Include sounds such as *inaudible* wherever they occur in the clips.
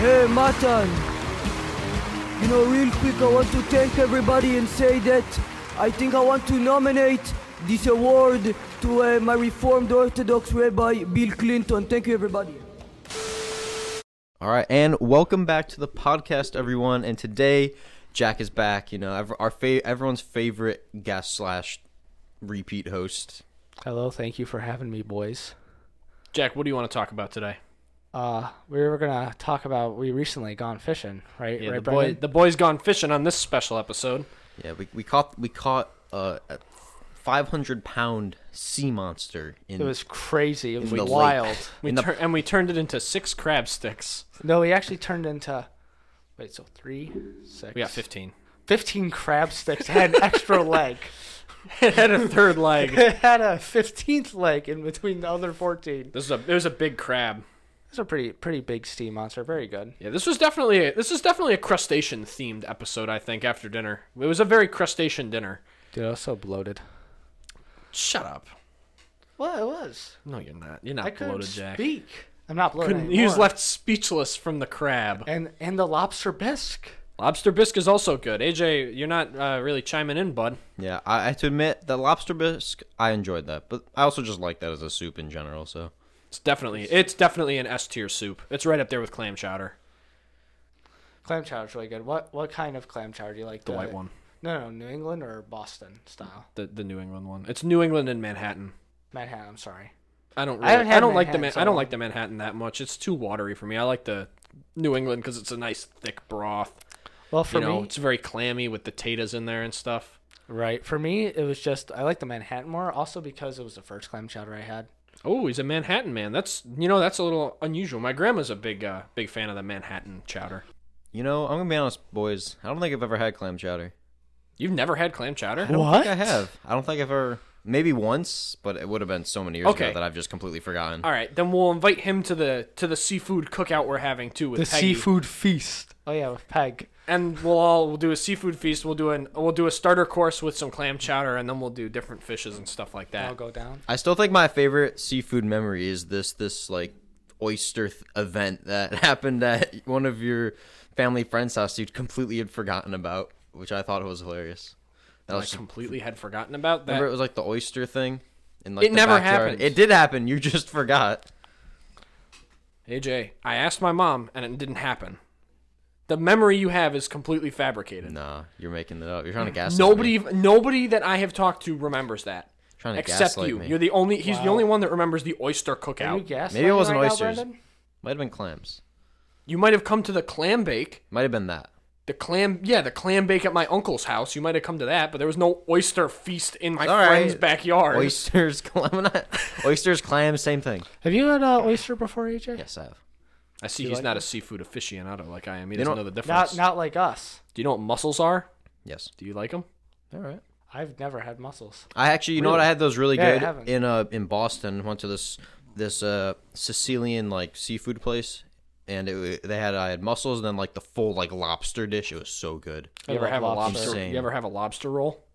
Hey, Matan. You know, real quick, I want to thank everybody and say that I think I want to nominate this award to uh, my Reformed Orthodox Rabbi Bill Clinton. Thank you, everybody. All right, and welcome back to the podcast, everyone. And today, Jack is back. You know, ev- our fa- everyone's favorite guest slash repeat host. Hello, thank you for having me, boys. Jack, what do you want to talk about today? Uh, we were gonna talk about we recently gone fishing, right? Yeah, right, the boy, Brendan? the boy's gone fishing on this special episode. Yeah, we, we caught we caught uh, a five hundred pound sea monster in It was crazy. It was in the lake. wild. We In the- tur- and we turned it into six crab sticks. no, he actually turned into. Wait, so three, six. We got fifteen. *laughs* Fifteen crab sticks had an extra leg. it had a *laughs* third leg. It had a fifteenth leg in between the other fourteen. This is a it was a big crab. It's a pretty pretty big sea monster. Very good. Yeah, this was definitely a, this is definitely a crustacean themed episode. I think after dinner, it was a very crustacean dinner. Dude, I was so bloated. Shut up. Well, it was. No, you're not. You're not I couldn't bloated, Jack. speak. I'm not bloated. Couldn't- he was anymore. left speechless from the crab. And and the lobster bisque. Lobster bisque is also good. AJ, you're not uh, really chiming in, bud. yeah. I, I have to admit the lobster bisque. I enjoyed that, but I also just like that as a soup in general. So It's definitely it's definitely an S tier soup. It's right up there with clam chowder, Clam chowder's really good. What what kind of clam chowder do you like? the white one, No, no, New England or Boston style. the the New England one. It's New England and Manhattan. Manhattan. I'm sorry. I don't. I Really, I, haven't had don't like the Man- Manhattan, I don't so- like the Manhattan that much. It's too watery for me. I like the New England because it's a nice thick broth. Well, for you know, me, it's very clammy with the tatas in there and stuff. right. For me, it was just I like the Manhattan more, also because it was the first clam chowder I had. Oh, he's a Manhattan man. That's you know that's a little unusual. My grandma's a big uh, big fan of the Manhattan chowder. you know, I'm gonna be honest, boys. I don't think I've ever had clam chowder. You've never had clam chowder? I don't think I have. I don't think I've ever. Maybe once, but it would have been so many years Okay. ago that I've just completely forgotten. All right, then we'll invite him to the to the seafood cookout we're having too with The Peggy. seafood feast. Oh yeah, with Peg. and we'll all we'll do a seafood feast. We'll do an we'll do a starter course with some clam chowder, and then we'll do different fishes and stuff like I'll that. go down. I still think my favorite seafood memory is this this like oyster th- event that *laughs* happened at one of your family friends' house you completely had forgotten about, which I thought was hilarious. That I was completely had forgotten about that. remember it was like the oyster thing. In, like, It the never backyard. happened. It did happen. You just *laughs* forgot. AJ, I asked my mom, and it didn't happen. The memory you have is completely fabricated. Nah, you're making it up. You're trying to gaslight Nobody, me. nobody that I have talked to remembers that, Trying to except gaslight you. me. You're the only. He's the Wow. only one that remembers the oyster Are you cookout. You, gaslighting Maybe it wasn't right oysters. Now, Brendan? Might have been clams. might have come to the clam bake, Might have been that. the clam, yeah, the clam bake at my uncle's house. You might have come to that, but there was no oyster feast in my All right. friend's backyard. Oysters, *laughs* clam, oysters, clams, same thing. Have you had uh, oyster before, AJ? Yes, I have. I see You he's like not them? a seafood aficionado like I am. He You doesn't know- know the Not difference. not like us. Do you know what mussels are? Yes. Do you like them? All right. I've never had mussels. I actually, you know what? I had those really Yeah, I good haven't. in uh in Boston. Went to this this uh Sicilian like seafood place, and it, they had I had mussels and then like the full like lobster dish. It was so good. You ever love have lobster. a lobster? Insane. You ever have a lobster roll?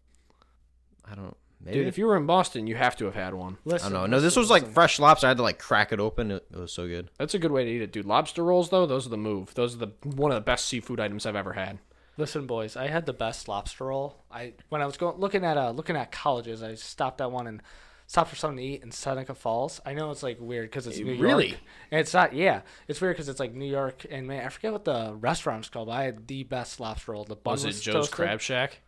I don't maybe Dude, if you were in Boston, you have to have had one. I Listen, don't know. No, this listen, was like listen. fresh lobster. I had to like crack it open. It, it was so good. That's a good way to eat it, dude. Lobster rolls, though, those are the move. Those are the one of the best seafood items I've ever had. Listen, boys, I had the best lobster roll. I when I was going looking at uh looking at colleges, I stopped at one and stopped for something to eat in Seneca Falls. I know it's like weird because it's New York. Eh, really? And it's not. Yeah, it's weird because it's like New York. And man, I forget what the restaurant's called. But I had the best lobster roll. The bun Was was, it Joe's toasted. Crab Shack?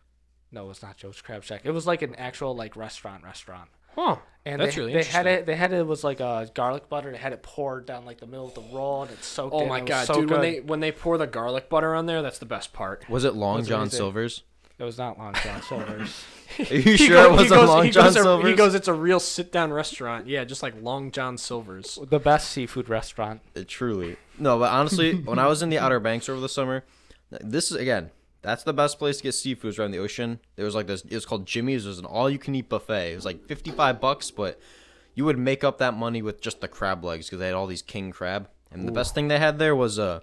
No, it was not Joe's Crab Shack. It was like an actual like restaurant restaurant. Huh. And That's they, really they had interesting. it. They had it was like a garlic butter. They had it poured down like the middle of the roll, and it soaked. Oh in. my It was god, so dude! When good. they when they pour the garlic butter on there, that's the best part. Was it Long That's John amazing. *laughs* Silver's? it was not Long John Silver's. *laughs* Are you He sure it go- he was a goes- Long he John goes a- Silver's? He goes, it's a real sit down restaurant. Yeah, just like Long John Silver's. the best seafood restaurant. It truly. No, but honestly, when I was in the Outer Banks over the summer, this is again, that's the best place to get seafood is around the ocean. There was like this it was called Jimmy's, it was an all you can eat buffet. It was like 55 bucks, but you would make up that money with just the crab legs cuz they had all these king crab. And the best thing they had there was uh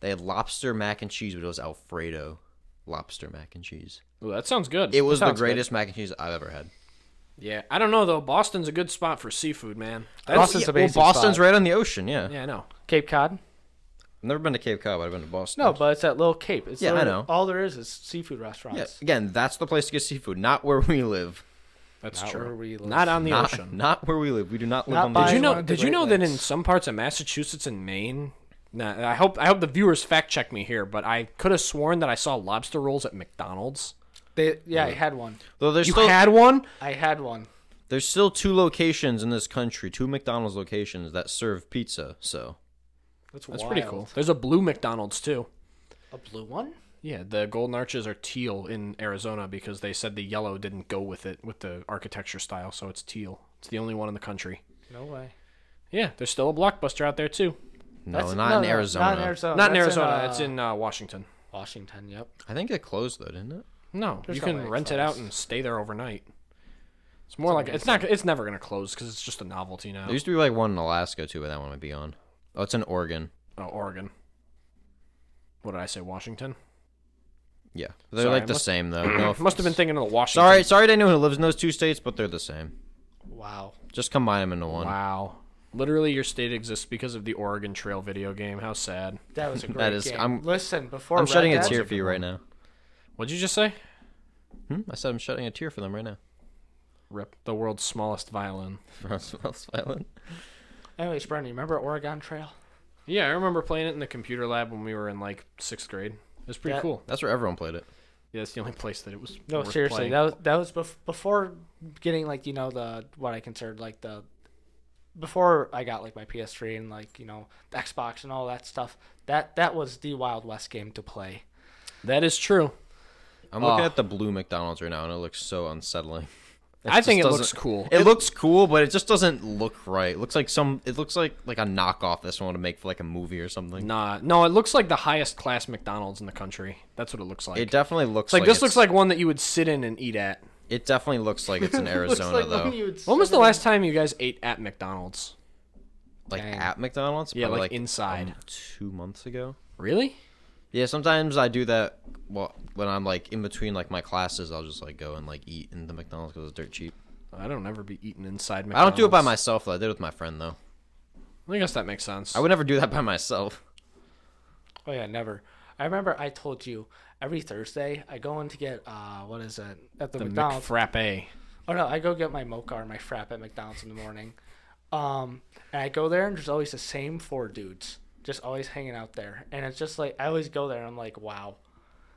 they had lobster mac and cheese, but it was alfredo lobster mac and cheese. Ooh, that sounds good. It was the Sounds good. greatest mac and cheese I've ever had. Yeah, I don't know though. Boston's a good spot for seafood, man. That's, Boston's Yeah, amazing. well, Boston's spot. right on the ocean, yeah. yeah, I know. Cape Cod. I've never been to Cape Cod, but I've been to Boston. No, but it's at Little Cape. It's Yeah, I literally- know. All there is is seafood yeah, restaurants. again, that's the place to get seafood, not where we live. That's Not true. where we live. Not on the Not, ocean. not where we live. We do not live Not on the by- Did you ocean. one know? of the Did you Great know that in Lakes. some parts of Massachusetts and Maine, nah, I hope I hope the viewers fact check me here, but I could have sworn that I saw lobster rolls at McDonald's. They, yeah, I had one. Though there's You still had one? I had one. there's still two locations in this country, two McDonald's locations that serve pizza. So That's, That's wild. pretty cool. There's a blue McDonald's too. A blue one? Yeah, the golden arches are teal in Arizona because they said the yellow didn't go with it with the architecture style, so it's teal. It's the only one in the country. No way. Yeah, there's still a blockbuster out there too. no, That's- not in Arizona. Not in Arizona. Not in That's Arizona. uh, it's in uh, Washington. Washington. Yep. I think it closed though, didn't it? No, There's you no can way it rent it out closed. and stay there overnight. It's more like it's not. It's never gonna close because it's just a novelty now. There used to be like one in Alaska too, but that one might be on. Oh, it's in Oregon. Oh, Oregon. What did I say? Washington. Yeah, they're Sorry, I like the must- same *clears throat* though. *laughs* No, Must have been thinking of the Washington. sorry, sorry to anyone who lives in those two states, but they're the same. Wow. Just combine them into one. Wow. Literally, your state exists because of the Oregon Trail video game. How sad. That was a great is- game. I'm- Listen, before I'm shedding Red a Dead- tear for you right now. What'd you just say? Hmm? I said I'm shedding a tear for them right now. *laughs* Rip the world's smallest violin. For us, Wells Island. Anyways, Brendan, you remember Oregon Trail? Yeah, I remember playing it in the computer lab when we were in like sixth grade. It was pretty That- cool. That's where everyone played it. Yeah, it's the only place that it was. No, worth seriously, playing. that was that was bef- before getting like you know the what I considered like the before I got like my PS3 and like you know the Xbox and all that stuff. That that was the Wild West game to play. that is true. I'm looking Oh. at the blue McDonald's right now, and it looks so unsettling. It I think just it looks doesn't- cool. It looks cool, but it just doesn't look right. It looks like some. It looks like like a knockoff that someone would make for like a movie or something. Nah, no, it looks like the highest class McDonald's in the country. That's what it looks like. It definitely looks it's like, this it's- looks like one that you would sit in and eat at. It definitely looks like *laughs* it's in Arizona though, like, When was the last time you guys ate at McDonald's? Dang. at McDonald's. Yeah, probably, like, inside. um, two months ago. Really? Yeah, sometimes I do that. Well, when I'm like in between like my classes, I'll just like go and like eat in the McDonald's because it's dirt cheap. I don't ever be eating inside I McDonald's. don't do it by myself though. I did it with my friend though. I guess that makes sense. I would never do that by *laughs* myself. Oh yeah, never. I remember I told you every Thursday I go in to get uh what is it at the, the McDonald's. McFrappe. Oh no, I go get my mocha or my frap at McDonald's in the morning. Um, and I go there and there's always the same four dudes, just always hanging out there. And it's just like I always go there and I'm like, wow,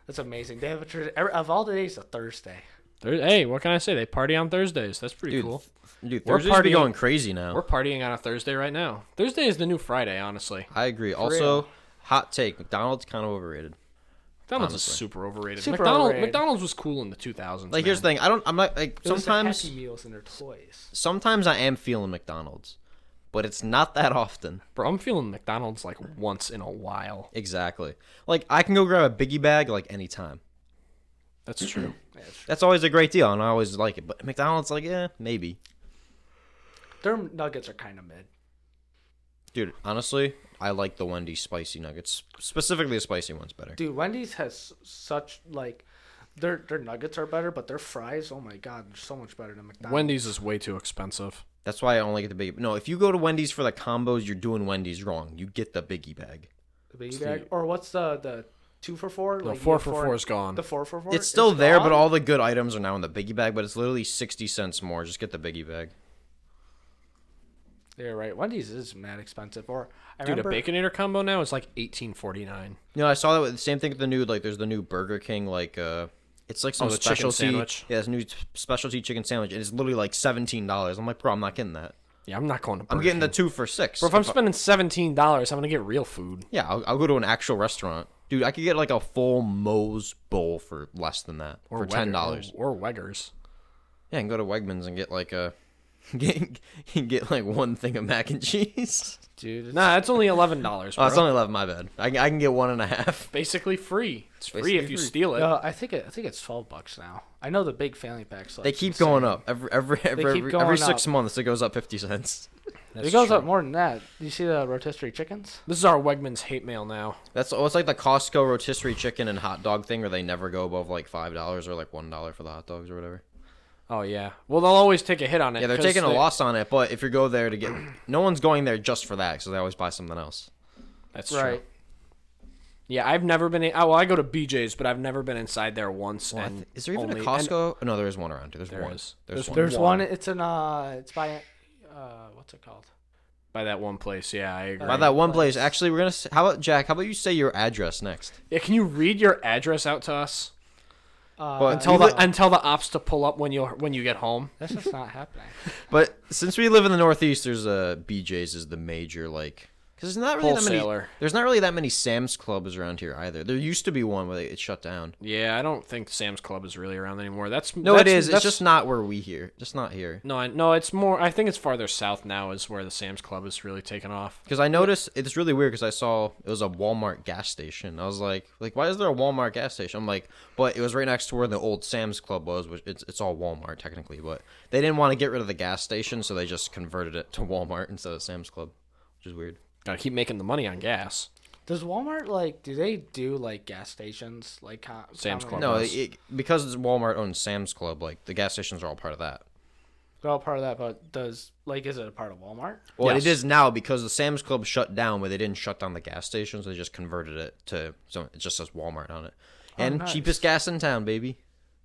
that's amazing. They have a tra- every, of all the days, a Thursday. Thur- hey, what can I say? They party on Thursdays. That's pretty Dude, cool. Dude, We're Thursdays be partying- going crazy now. We're partying on a Thursday right now. Thursday is the new Friday, honestly. I agree. Also, hot take: McDonald's kind of overrated. McDonald's Honestly. is super overrated. Super McDonald's, overrated. McDonald's was cool in the 2000s. Like, here's man. the thing: I don't. I'm not like It was the sometimes. Happy Meals and their toys. Sometimes I am feeling McDonald's, but it's not that often. Bro, I'm feeling McDonald's like once in a while. Exactly. Like I can go grab a biggie bag like anytime. That's true. That's always a great deal, and I always like it. But McDonald's, like, yeah, maybe. Their nuggets are kind of mid. Dude, honestly, I like the Wendy's spicy nuggets, specifically the spicy ones better. Dude, Wendy's has such like. Their, their nuggets are better, but their fries, oh my god, they're so much better than McDonald's. Wendy's is way too expensive. That's why I only get the biggie. No, if you go to Wendy's for the combos, you're doing Wendy's wrong. You get the biggie bag. the biggie bag, or what's the the two for four? The Like, you four get for four is gone. The four for four. It's still there, but gone? all the good items are now in the biggie bag. But it's literally sixty cents more. Just get the biggie bag. Yeah, right. Wendy's is mad expensive. Or I Dude, a remember baconator combo now is like 18.49. No, I saw that. With, same thing with the new like. There's the new Burger King like. uh It's like some Oh, the chicken specialty. sandwich. Yeah, it's new t- specialty chicken sandwich, and it's literally like seventeen dollars. I'm like, bro, I'm not getting that. Yeah, I'm not going to. I'm getting the two for six. Bro, if I'm spending seventeen dollars, I'm gonna get real food. yeah, I'll, I'll go to an actual restaurant, dude. I could get like a full Moe's bowl for less than that for Wegger- ten dollars. or Weggers. Yeah, and go to Wegmans and get like a *laughs* get get like one thing of mac and cheese. dude. Nah, that's only eleven dollars. *laughs* Oh, it's only eleven. My bad. I, can- I can get one and a half. basically free. It's free Basically if you free. steal it. No, I think it, I think it's twelve bucks now. I know the big family packs. They keep going up every every every, keep every, going six up. months. It goes up fifty cents. it goes up more than that. You see the rotisserie chickens? This is our Wegmans hate mail now. That's oh, it's like the Costco rotisserie chicken and hot dog thing where they never go above like five dollars or like one dollar for the hot dogs or whatever. Oh yeah. Well, they'll always take a hit on it. Yeah, they're 'cause taking a they- loss on it, but if you go there to get, no one's going there just for that, so they always buy something else. That's Right. true. Yeah, I've never been. In, oh, well, I go to BJ's, but I've never been inside there once. Well, I and th- is there even only- a and- Costco? Oh, no, there is one around here. There's There one. is. There's, There's one. There's One. one. It's an uh, it's by uh, what's it called? by that one place. Yeah, I agree. By that one place. Actually, we're gonna. s how about Jack? How about you say your address next? Yeah, can you read your address out to us Uh, But- until You the li- until the ops to pull up when you when you get home? this is not happening. *laughs* But since we live in the Northeast, there's a BJ's is the major like because there's not really that many. Wholesaler. There's not really that many Sam's Clubs around here either. There used to be one, but it shut down. Yeah, I don't think Sam's Club is really around anymore. That's No, that's, it is. It's that's- just not where we here. Just not here. no, I, no. It's more. I think it's farther south now is where the Sam's Club is really taken off. Because I noticed it's really weird. Because I saw it was a Walmart gas station. I was like, like why is there a Walmart gas station? I'm like, but it was right next to where the old Sam's Club was, which it's it's all Walmart technically. But they didn't want to get rid of the gas station, so they just converted it to Walmart instead of Sam's Club, which is weird. Gotta keep making the money on gas. Does Walmart like? Do they do like gas stations like con- Sam's common- Club. No, Yes. it, because it's Walmart owns Sam's Club, like the gas stations are all part of that. They're all part of that, but does like is it a part of Walmart? Well, Yes. it is now because the Sam's Club shut down, but they didn't shut down the gas stations. They just converted it to so it just says Walmart on it. And Oh, nice. cheapest gas in town, baby.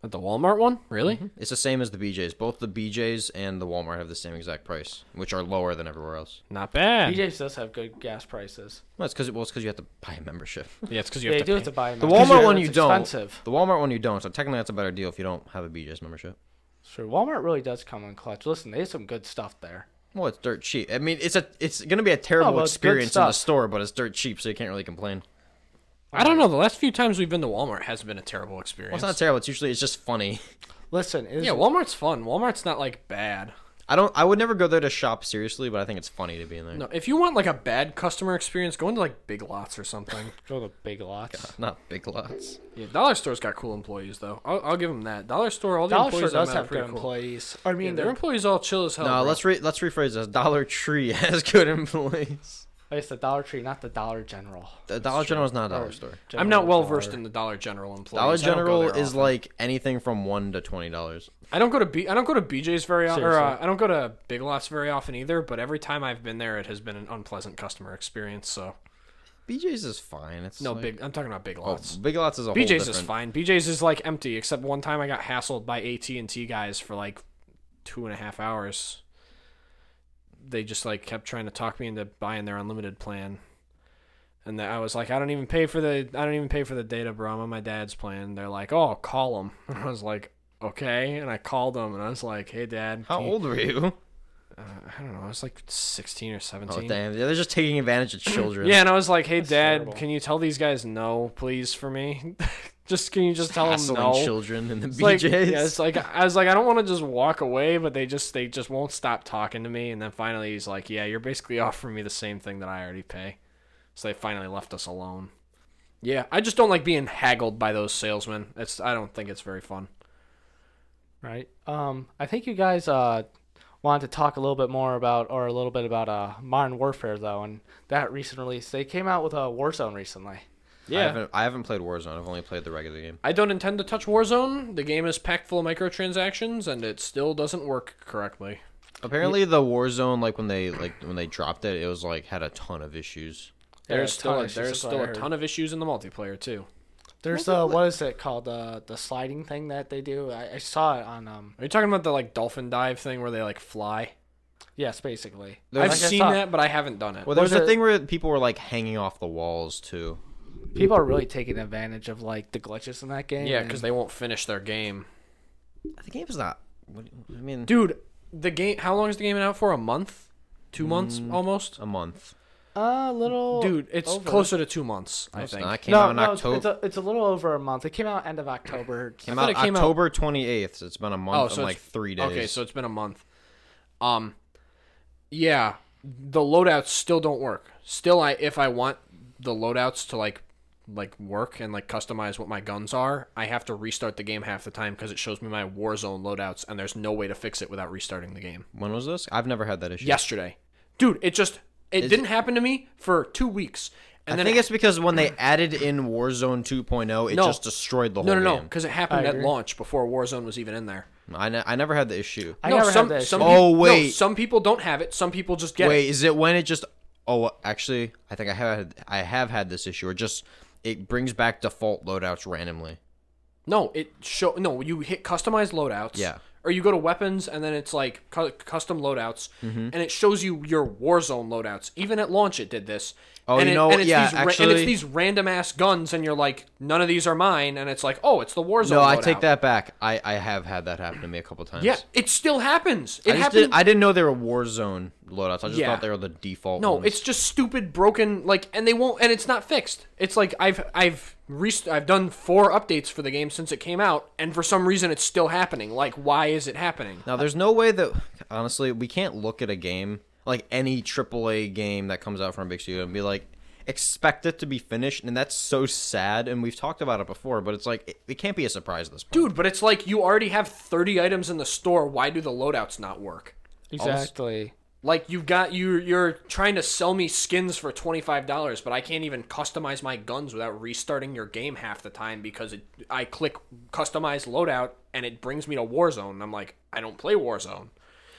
At the Walmart one, really? It's the same as the BJ's. Both the BJ's and the Walmart have the same exact price, which are lower than everywhere else. Not bad. BJ's does have good gas prices. Well, it's because well, it's 'cause you have to buy a *laughs* membership. Yeah, it's because you Yeah, you have do to. have to buy them. The Walmart one you it's don't. Expensive. The Walmart one you don't. So technically, that's a better deal if you don't have a BJ's membership. Sure, Walmart really does come in clutch. Listen, they have some good stuff there. Well, it's dirt cheap. I mean, it's a it's gonna be a terrible Oh, well, it's good experience in the stuff. store, but it's dirt cheap, so you can't really complain. I don't know. The last few times we've been to Walmart has been a terrible Well, experience. it's not terrible. It's usually it's just funny. *laughs* Listen, is yeah, Walmart's fun. Walmart's not like bad. I don't. I would never go there to shop seriously, but I think it's funny to be in there. No, if you want like a bad customer experience, go into like Big Lots or something. go to Big Lots. Not big lots. yeah, Dollar Store's got cool employees though. I'll, I'll give them that. Dollar Store, all the Dollar Store employees does on that are have good pretty cool. employees. I mean, Yeah, their they're employees all chill as hell. No, bro. let's re- let's rephrase this. Dollar Tree *laughs* has good employees. oh, it's the Dollar Tree, not the Dollar General. The Dollar General is not a dollar Or store. I'm not General well versed Dollar. in the Dollar General employees. Dollar I don't go General there is often. like anything from one to twenty dollars. I don't go to B I don't go to BJ's very often. Or, Seriously. uh, I don't go to Big Lots very often either. But every time I've been there, it has been an unpleasant customer experience. So BJ's is fine. It's no like- big. I'm talking about Big Oh, Lots. big lots is a whole BJ's is different- fine. BJ's is like empty, except one time I got hassled by AT and T guys for like two and a half hours. They just like kept trying to talk me into buying their unlimited plan, and then I was like, I don't even pay for the I don't even pay for the data, bro. I'm on my dad's plan. They're like, oh, call him, and *laughs* I was like, okay, and I called them, and I was like, hey, dad, How can you-" old were you? Uh, I don't know. I was like 16 or 17. Oh damn! Yeah, they're just taking *clears throat* advantage of children. Yeah, and I was like, "Hey, Dad, terrible. can you tell these guys no, please, for me? *laughs* just can you just tell them hassling no?" children in the It's BJ's. like, yeah, it's like I was like, I don't want to just walk away, but they just they just won't stop talking to me. And then finally, he's like, "Yeah, you're basically *laughs* offering me the same thing that I already pay." So they finally left us alone. Yeah, I just don't like being haggled by those salesmen. It's I don't think it's very fun. right? Um, I think you guys uh wanted to talk a little bit more about, or a little bit about uh Modern Warfare though, and that recent release. They came out with a Warzone recently. I Yeah, haven't, I haven't played Warzone. I've only played the regular game. I don't intend to touch Warzone. The game is packed full of microtransactions, and it still doesn't work correctly. Apparently, the Warzone, like when they like when they dropped it, it was like had a ton of issues. Yeah, There's a ton still of a, issues, there's that's what still I a heard. ton of issues in the multiplayer too. There's uh what is it called? Uh, the sliding thing that they do. I, I saw it on um Are you talking about the like dolphin dive thing where they like fly? yes, basically. There's- I've Like I seen saw- that, but I haven't done it. Well, there's Was a it- thing where people were like hanging off the walls too. People are really taking advantage of like the glitches in that game. Yeah, and- because they won't finish their game. The game's not. What, do you- I mean, Dude, the game. How long is the game been out for? A month? Two months almost. a month. a little Dude, it's over. closer to two months. I It's think. not. It came No, out in no, it's- October. It's a, it's a little over a month. It came out end of October. came thought out it came out- Oh, October 28th. So it's been a month and it's- like three days. Okay, so it's been a month. Um, yeah, the loadouts still don't work. Still, I if I want the loadouts to like like work and like customize what my guns are, I have to restart the game half the time because it shows me my Warzone loadouts, and there's no way to fix it without restarting the game. when was this? I've never had that issue. Yesterday, dude, it just it didn't happen to me for two weeks, and I then think it, it's because when *clears throat* they added in Warzone 2.0, it No. just destroyed the no whole no no game. because it happened I at agree. launch before Warzone was even in there. I, ne- I never had the issue. I no, never some, had that. some issue. Oh, peop- no, wait. some people don't have it. Some people just get it. Wait, is it when it just? Oh, actually, I think I have. I have had this issue, or just it brings back default loadouts randomly. No, it show no. You hit customized loadouts. Yeah. Or you go to weapons and then it's like cu- custom loadouts, Mm-hmm. and it shows you your Warzone loadouts. Even at launch, it did this. Oh, and you it, know, and it's yeah, these ra- and actually- it's these random ass guns, and you're like, none of these are mine, and it's like, oh, it's the Warzone. No, I loadout. take that back. I, I have had that happen to me a couple times. Yeah, it still happens. It I just happened. did, I didn't know they were Warzone loadouts. I just Yeah. thought they were the default. No, ones. it's just stupid, broken. Like, and they won't, and it's not fixed. It's like I've, I've, rest- I've done four updates for the game since it came out, and for some reason, it's still happening. Like, why is it happening? Now, there's no way that honestly we can't look at a game like any AAA game that comes out from a big studio and be like, expect it to be finished, and that's so sad. And we've talked about it before, but it's like it, it can't be a surprise at this point. Dude, but it's like you already have 30 items in the store. Why do the loadouts not work? Exactly. Like you've got you you're trying to sell me skins for $25, but I can't even customize my guns without restarting your game half the time because it, I click customize loadout and it brings me to Warzone and I'm like, I don't play Warzone.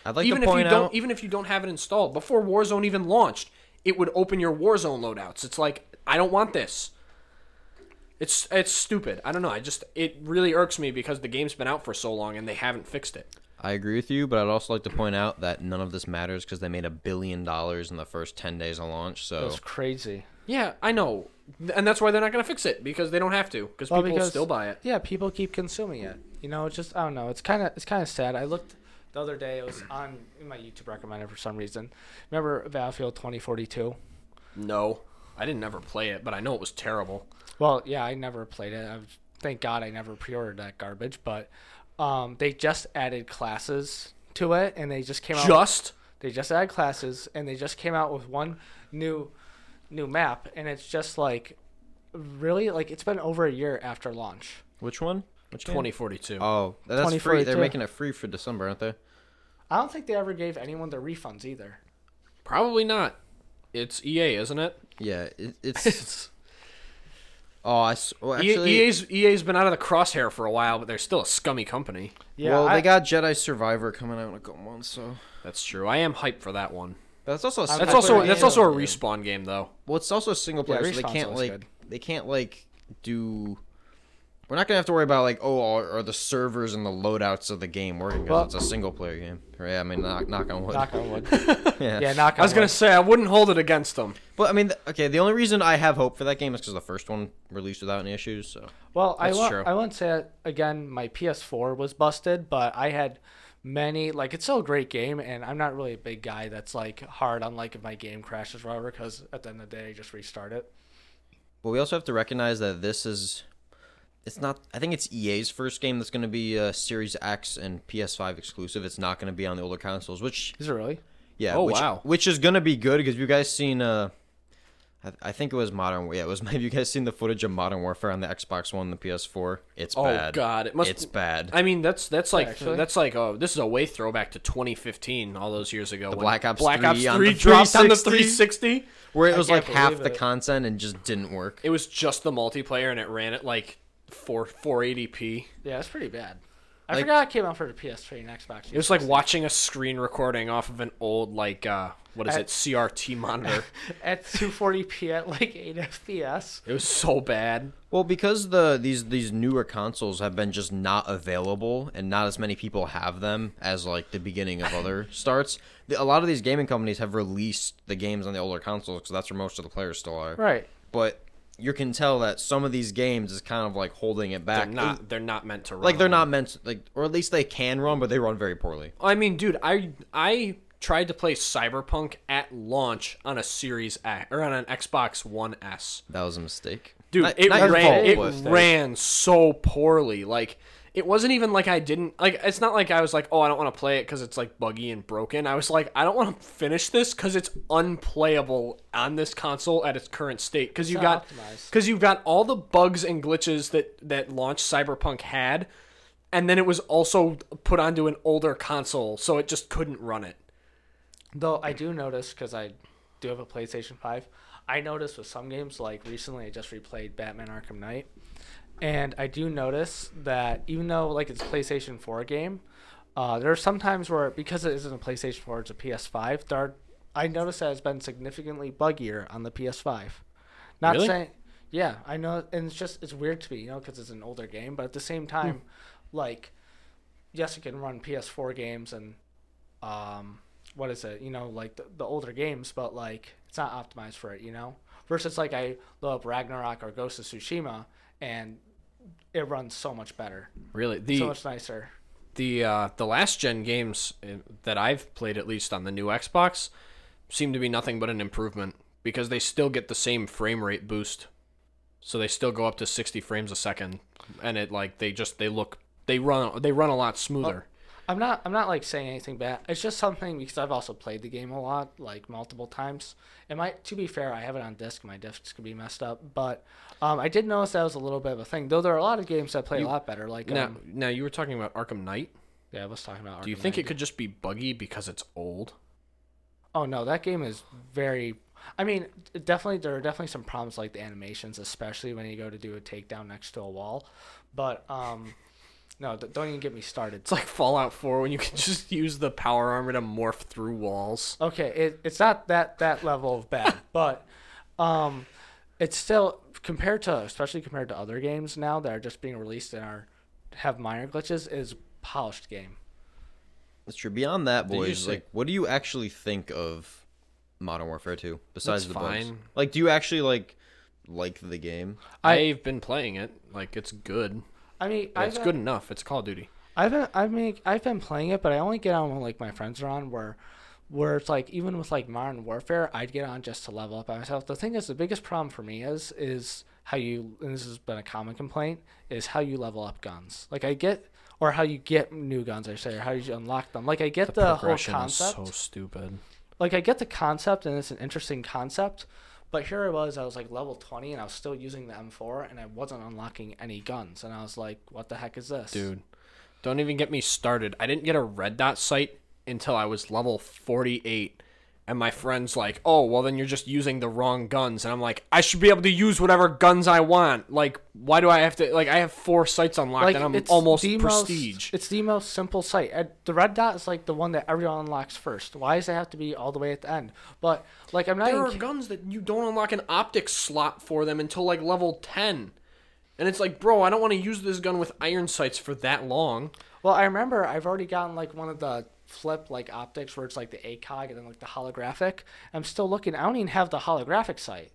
I'd like even to if you point out, don't even if you don't have it installed before Warzone even launched, it would open your Warzone loadouts. It's like I don't want this. It's it's stupid. I don't know. I just it really irks me because the game's been out for so long and they haven't fixed it. I agree with you, but I'd also like to point out that none of this matters because they made a billion dollars in the first ten days of launch. So That's crazy. Yeah, I know. And that's why they're not going to fix it because they don't have to because Well, people because- still buy it. Yeah, people keep consuming it. You know, it's just I don't know. It's kind of it's kind of sad. I looked the other day. It was on in my YouTube recommended for some reason. Remember Battlefield 2042? No. I didn't ever play it, but I know it was terrible. Well, yeah, I never played it. i thank God I never pre-ordered that garbage. But um, they just added classes to it, and they just Oh. came out. Just They just added classes, and they just came out with one new new map, and it's just like really like it's been over a year after launch. which one? Which game? 2042. Oh, that's free. They're 2042. making it free for December, aren't they? I don't think they ever gave anyone their refunds either. Probably not. It's EA, isn't it? Yeah, it, it's. oh, I. s- Well, E- actually, EA's EA's been out of the crosshair for a while, but they're still a scummy company. Yeah, well, I- they got Jedi Survivor coming out in a couple months, so That's true. I am hyped for that one. but that's also a That's I also played that's it. also a Yeah. respawn game though. well, it's also a single player, Yeah, so they Respawn's can't always like good. they can't like do. We're not gonna have to worry about like oh are, are the servers and the loadouts of the game working because Well- it's a single player game. Yeah, I mean knock knock on wood. Knock on *laughs* wood. yeah. yeah, knock on I was gonna wood. say I wouldn't hold it against them. But I mean, th- okay, the only reason I have hope for that game is because the first one released without any issues. So Well, I That's won't, true. I won't say it again. My PS4 was busted, but I had many. Like, it's still a great game, and I'm not really a big guy that's like hard on like if my game crashes or whatever. Because at the end of the day, I just restart it. But we also have to recognize that this is it's not I think it's EA's first game that's going to be uh, Series X and PS5 exclusive. It's not going to be on the older consoles, which Is it really? yeah, Oh, which, wow. which is going to be good because you guys seen uh I, I think it was Modern yeah, it was *laughs* have you guys seen the footage of Modern Warfare on the Xbox One, the PS4? It's Oh, bad. God, it must- It's bad. I mean that's that's like Actually? that's like oh this is a way throwback to 2015 all those years ago. The Black Ops 3 on the dropped on the 360. 360. Where it I was can't like half believe the it. content and just didn't work. It was just the multiplayer and it ran at like four 480p. Yeah, it's pretty bad. I Like- forgot it came out for the PS3 and Xbox. It was like watching a screen recording off of an old like uh what is I- it *laughs* CRT monitor. at 240p at *laughs* like 8 FPS. it was so bad. Well, because the these these newer consoles have been just not available, and not as many people have them as like the beginning of *laughs* other starts. The, a lot of these gaming companies have released the games on the older consoles because that's where most of the players still are. Right. But you can tell that some of these games is kind of like holding it They're back. not they're not meant to run. like on they're not meant to- like, or at least they can run, but they run very poorly. I mean, dude, I I tried to play Cyberpunk at launch on a Series X or on an Xbox One S. That was a mistake, Dude, Not- it not your fault, ran but- it ran so poorly. Like it wasn't even like I didn't like it's not like I was like, "Oh, I don't want to play it cuz it's like buggy and broken." I was like, "I don't want to finish this cuz it's unplayable on this console at its current state cuz you got not optimized. cuz you've got all the bugs and glitches that that launch Cyberpunk had." And then it was also put onto an older console, so it just couldn't run it. Though I do notice because I do have a PlayStation Five. I noticed with some games, like recently I just replayed Batman Arkham Knight, and I do notice that even though like it's a PlayStation Four game, uh, there are some times where because it isn't a PlayStation Four, it's a PS Five. There, are, I noticed that it's been significantly buggier on the PS Five. Not Really? saying, Yeah, I know, and it's just it's weird to me, you know, because it's an older game, but at the same time, like, yes, you can run PS4 games and, um, what is it, you know, like the, the older games, but like it's not optimized for it, you know. Versus like I load up Ragnarok or Ghost of Tsushima, and it runs so much better, Really, the so much nicer. the uh, the last gen games uh, that I've played, at least on the new Xbox, seem to be nothing but an improvement because they still get the same frame rate boost, so they still go up to sixty frames a second, and it like they just they look they run they run a lot smoother. I'm not I'm not like saying anything bad. It's just something because I've also played the game a lot, like multiple times. It might to be fair, I have it on disc. My discs could be messed up, but um, I did notice that was a little bit of a thing. Though there are a lot of games that play a lot better. Like now, um, now you were talking about Arkham Knight. yeah, I was talking about. Do you Arkham think Knight. it could just be buggy because it's old? Oh no, that game is very. I mean, it definitely there are definitely some problems like the animations, especially when you go to do a takedown next to a wall. But um, no, d- don't even get me started. It's like Fallout 4 when you can *laughs* just use the power armor to morph through walls. Okay, it, it's not that that level of bad, but um, it's still compared to especially compared to other games now that are just being released and are have minor glitches is polished game. That's true. Beyond that, you boys, say- like, what do you actually think of Modern Warfare 2 besides It's the bugs? fine. Like, do you actually like like the game? I, have been playing it. Like it's good. I mean, It's I've- uh, good enough. It's Call of Duty. I've been I mean I've been playing it, but I only get on when like my friends are on where where it's like even with like Modern Warfare, I'd get on just to level up by myself. The thing is the biggest problem for me is is how you and this has been a common complaint, is how you level up guns. Like I get or how you get new guns, I say, or how you unlock them. Like I get the, whole concept is so stupid. like I get the concept and it's an interesting concept, but here I was, I was like level twenty and I was still using the M four and I wasn't unlocking any guns and I was like, What the heck is this? Dude, don't even get me started. I didn't get a red dot sight until I was level 48. And my friend's like, oh, well, then you're just using the wrong guns. And I'm like, I should be able to use whatever guns I want. Like, why do I have to? Like, I have four sights unlocked and I'm almost prestige. Most, it's the most simple sight. Uh, The red dot is like the one that everyone unlocks first. Why does it have to be all the way at the end? But like I'm not. there even are ki- guns that you don't unlock an optic slot for them until like level 10. And it's like, bro, I don't want to use this gun with iron sights for that long. well, I remember I've already gotten like one of the flip like optics where it's like the ACOG and then like the holographic. I'm still looking. I don't even have the holographic sight.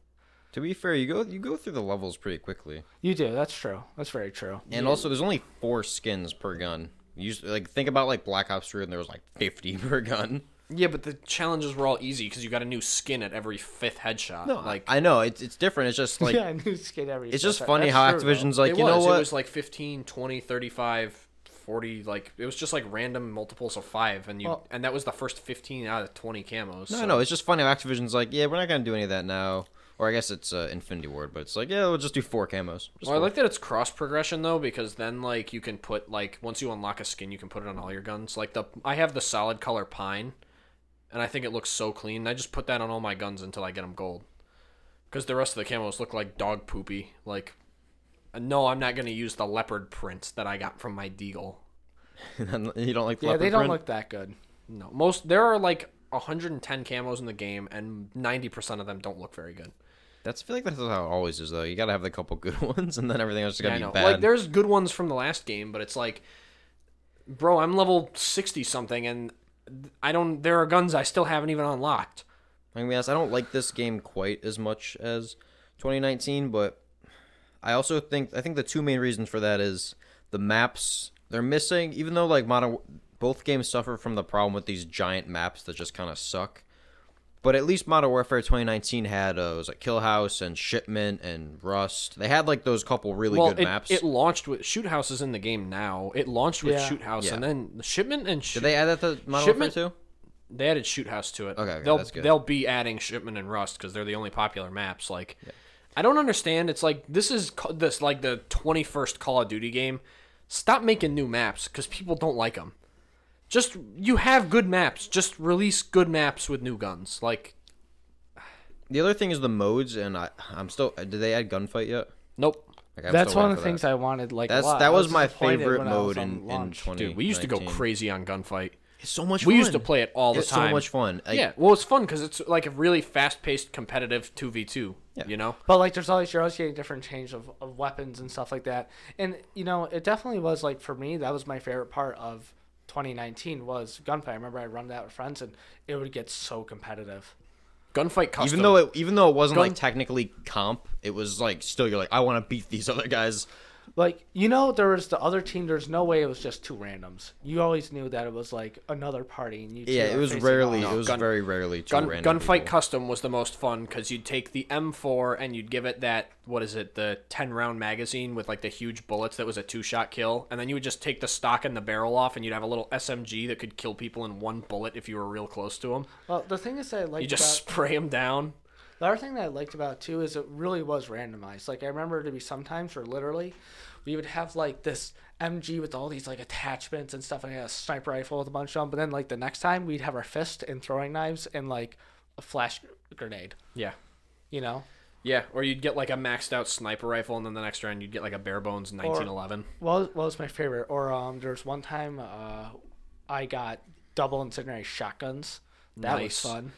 To be fair, you go you go through the levels pretty quickly. You do. That's true. That's very true. And also, there's only four skins per gun. You s- like think about like Black Ops 3, and there was like 50 *laughs* per gun. Yeah, but the challenges were all easy because you got a new skin at every fifth headshot. No, like I know it's it's different. It's just like *laughs* *laughs* yeah, I knew skin every. it's just that- funny that's how true, though. Activision's like, it you was. know what? It was like 15, 20, 35, 40. Like it was just like random multiples of five, and you Well- and that was the first fifteen out of twenty camos. No, so- no, it's just funny how Activision's like, yeah, we're not gonna do any of that now. Or I guess it's uh, Infinity Ward, but it's like, yeah, we'll just do four camos. Just Well, I four. like that it's cross progression though, because then like you can put like once you unlock a skin, you can put it on all your guns. Like the I have the solid color pine, and I think it looks so clean. I just put that on all my guns until I get them gold, because the rest of the camos look like dog poopy. Like, uh, no, I'm not gonna use the leopard print that I got from my deagle. *laughs* you don't like Yeah, they don't print? look that good. No, most there are like 110 camos in the game, and 90% of them don't look very good. That's I feel like that's how it always is though. You gotta have the couple good *laughs* ones, and then everything else is Yeah, gonna I be know. bad. Like there's good ones from the last game, but it's like, bro, I'm level sixty something, and I don't. There are guns I still haven't even unlocked. I'm gonna be honest, I don't like this game quite as much as 2019, but I also think I think the two main reasons for that is the maps they're missing. Even though like modern both games suffer from the problem with these giant maps that just kind of suck. But at least Modern Warfare 2019 had uh, it was like Kill House and Shipment and Rust. They had like those couple really well, good it, maps. it launched with shoot house is in the game now. It launched with Yeah. shoot house, Yeah. and then the shipment and sh- Did they add that to Modern Shipment- Warfare 2? they added shoot house to it. Okay, okay, they'll that's good. they'll be adding shipment and rust because they're the only popular maps. Like, I don't understand. It's like this is ca- this like the twenty first Call of Duty game. Stop making new maps because people don't like them. Just you have good maps. Just release good maps with new guns. Like, The other thing is the modes, and I I'm still. uh, Did they add gunfight yet? nope. Like, I'm That's still waiting one of for the that. things I wanted. Like a That's lot. that I was my disappointed favorite when I was mode on in, in launch. twenty. Dude, we used to go crazy on gunfight. It's so much We fun. used to play it all the it's time. so much fun. Like, yeah, well, it's fun because it's like a really fast-paced, competitive two v two. You know, But like, there's always you're always getting different change of, of weapons and stuff like that. And you know, it definitely was like for me, that was my favorite part of 2019 was gunplay. I remember I run that with friends, and it would get so competitive. gunfight custom. Even though it, even though it wasn't Gun- like technically comp, it was like still you're like I want to beat these *laughs* other guys. Like you know, there was the other team. There's no way it was just two randoms. You always knew that it was like another party, and you two Yeah, are it was facing rarely. off. it was gun- very rarely. Two Gun, random gunfight people. custom was the most fun because you'd take the M4 and you'd give it that what is it the 10 round magazine with like the huge bullets that was a two shot kill and then you would just take the stock and the barrel off and you'd have a little SMG that could kill people in one bullet if you were real close to them. Well, the thing is that I liked You just about, spray them down. The other thing that I liked about it, too is it really was randomized. Like I remember to be sometimes or literally, we would have like this MG with all these like attachments and stuff, and I had a sniper rifle with a bunch of them. But then like the next time we'd have our fist and throwing knives and like a flash grenade, Yeah. you know. Yeah, or you'd get like a maxed out sniper rifle and then the next round you'd get like a bare bones 1911. Well, what was my favorite? Or um, there was one time uh, I got double incendiary shotguns. That Nice. was fun.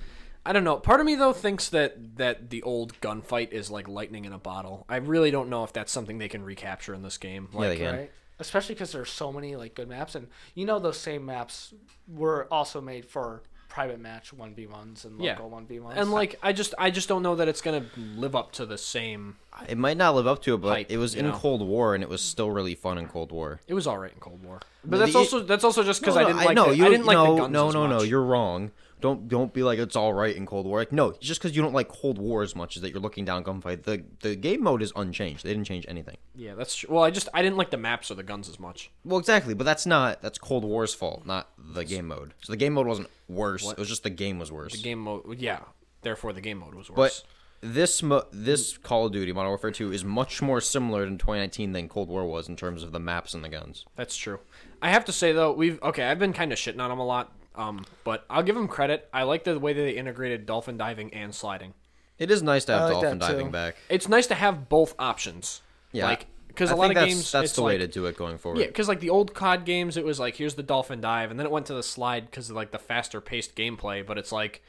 I don't know. Part of me though thinks that that the old gunfight is like lightning in a bottle. I really don't know if that's something they can recapture in this game. Like, Yeah, they can. right? Especially because there's so many like good maps, and you know those same maps were also made for private match one v ones and Yeah. local one v ones. and like I just I just don't know that it's gonna live up to the same. It might not live up to it, but Hype, it was you in know? Cold War, and it was still really fun in Cold War. It was all right in Cold War, but No, that's the- E also that's also just because I didn't like. no, the, you, I didn't like no, the guns no, as no, no. much. You're wrong. Don't don't be like it's all right in Cold War. Like no, it's just because you don't like Cold War as much as that you're looking down gunfight. The the game mode is unchanged. They didn't change anything. Yeah, that's true. well. I just I didn't like the maps or the guns as much. Well, exactly, but that's not that's Cold War's fault, not the game mode. So the game mode wasn't worse. It was just the game was worse. The game mode, yeah. Therefore, the game mode was worse. but this mo- this Call of Duty Modern Warfare 2 is much more similar to 2019 than Cold War was in terms of the maps and the guns. That's true. I have to say though, we've okay. I've been kind of shitting on them a lot, um, but I'll give them credit. I like the way that they integrated dolphin diving and sliding. It is nice to have like dolphin that, too. diving back. It's nice to have both options. Yeah, like because I a lot think of that's, games that's it's the like, way to do it going forward. Yeah, because like the old COD games, it was like here's the dolphin dive, and then it went to the slide because of like the faster paced gameplay. But it's like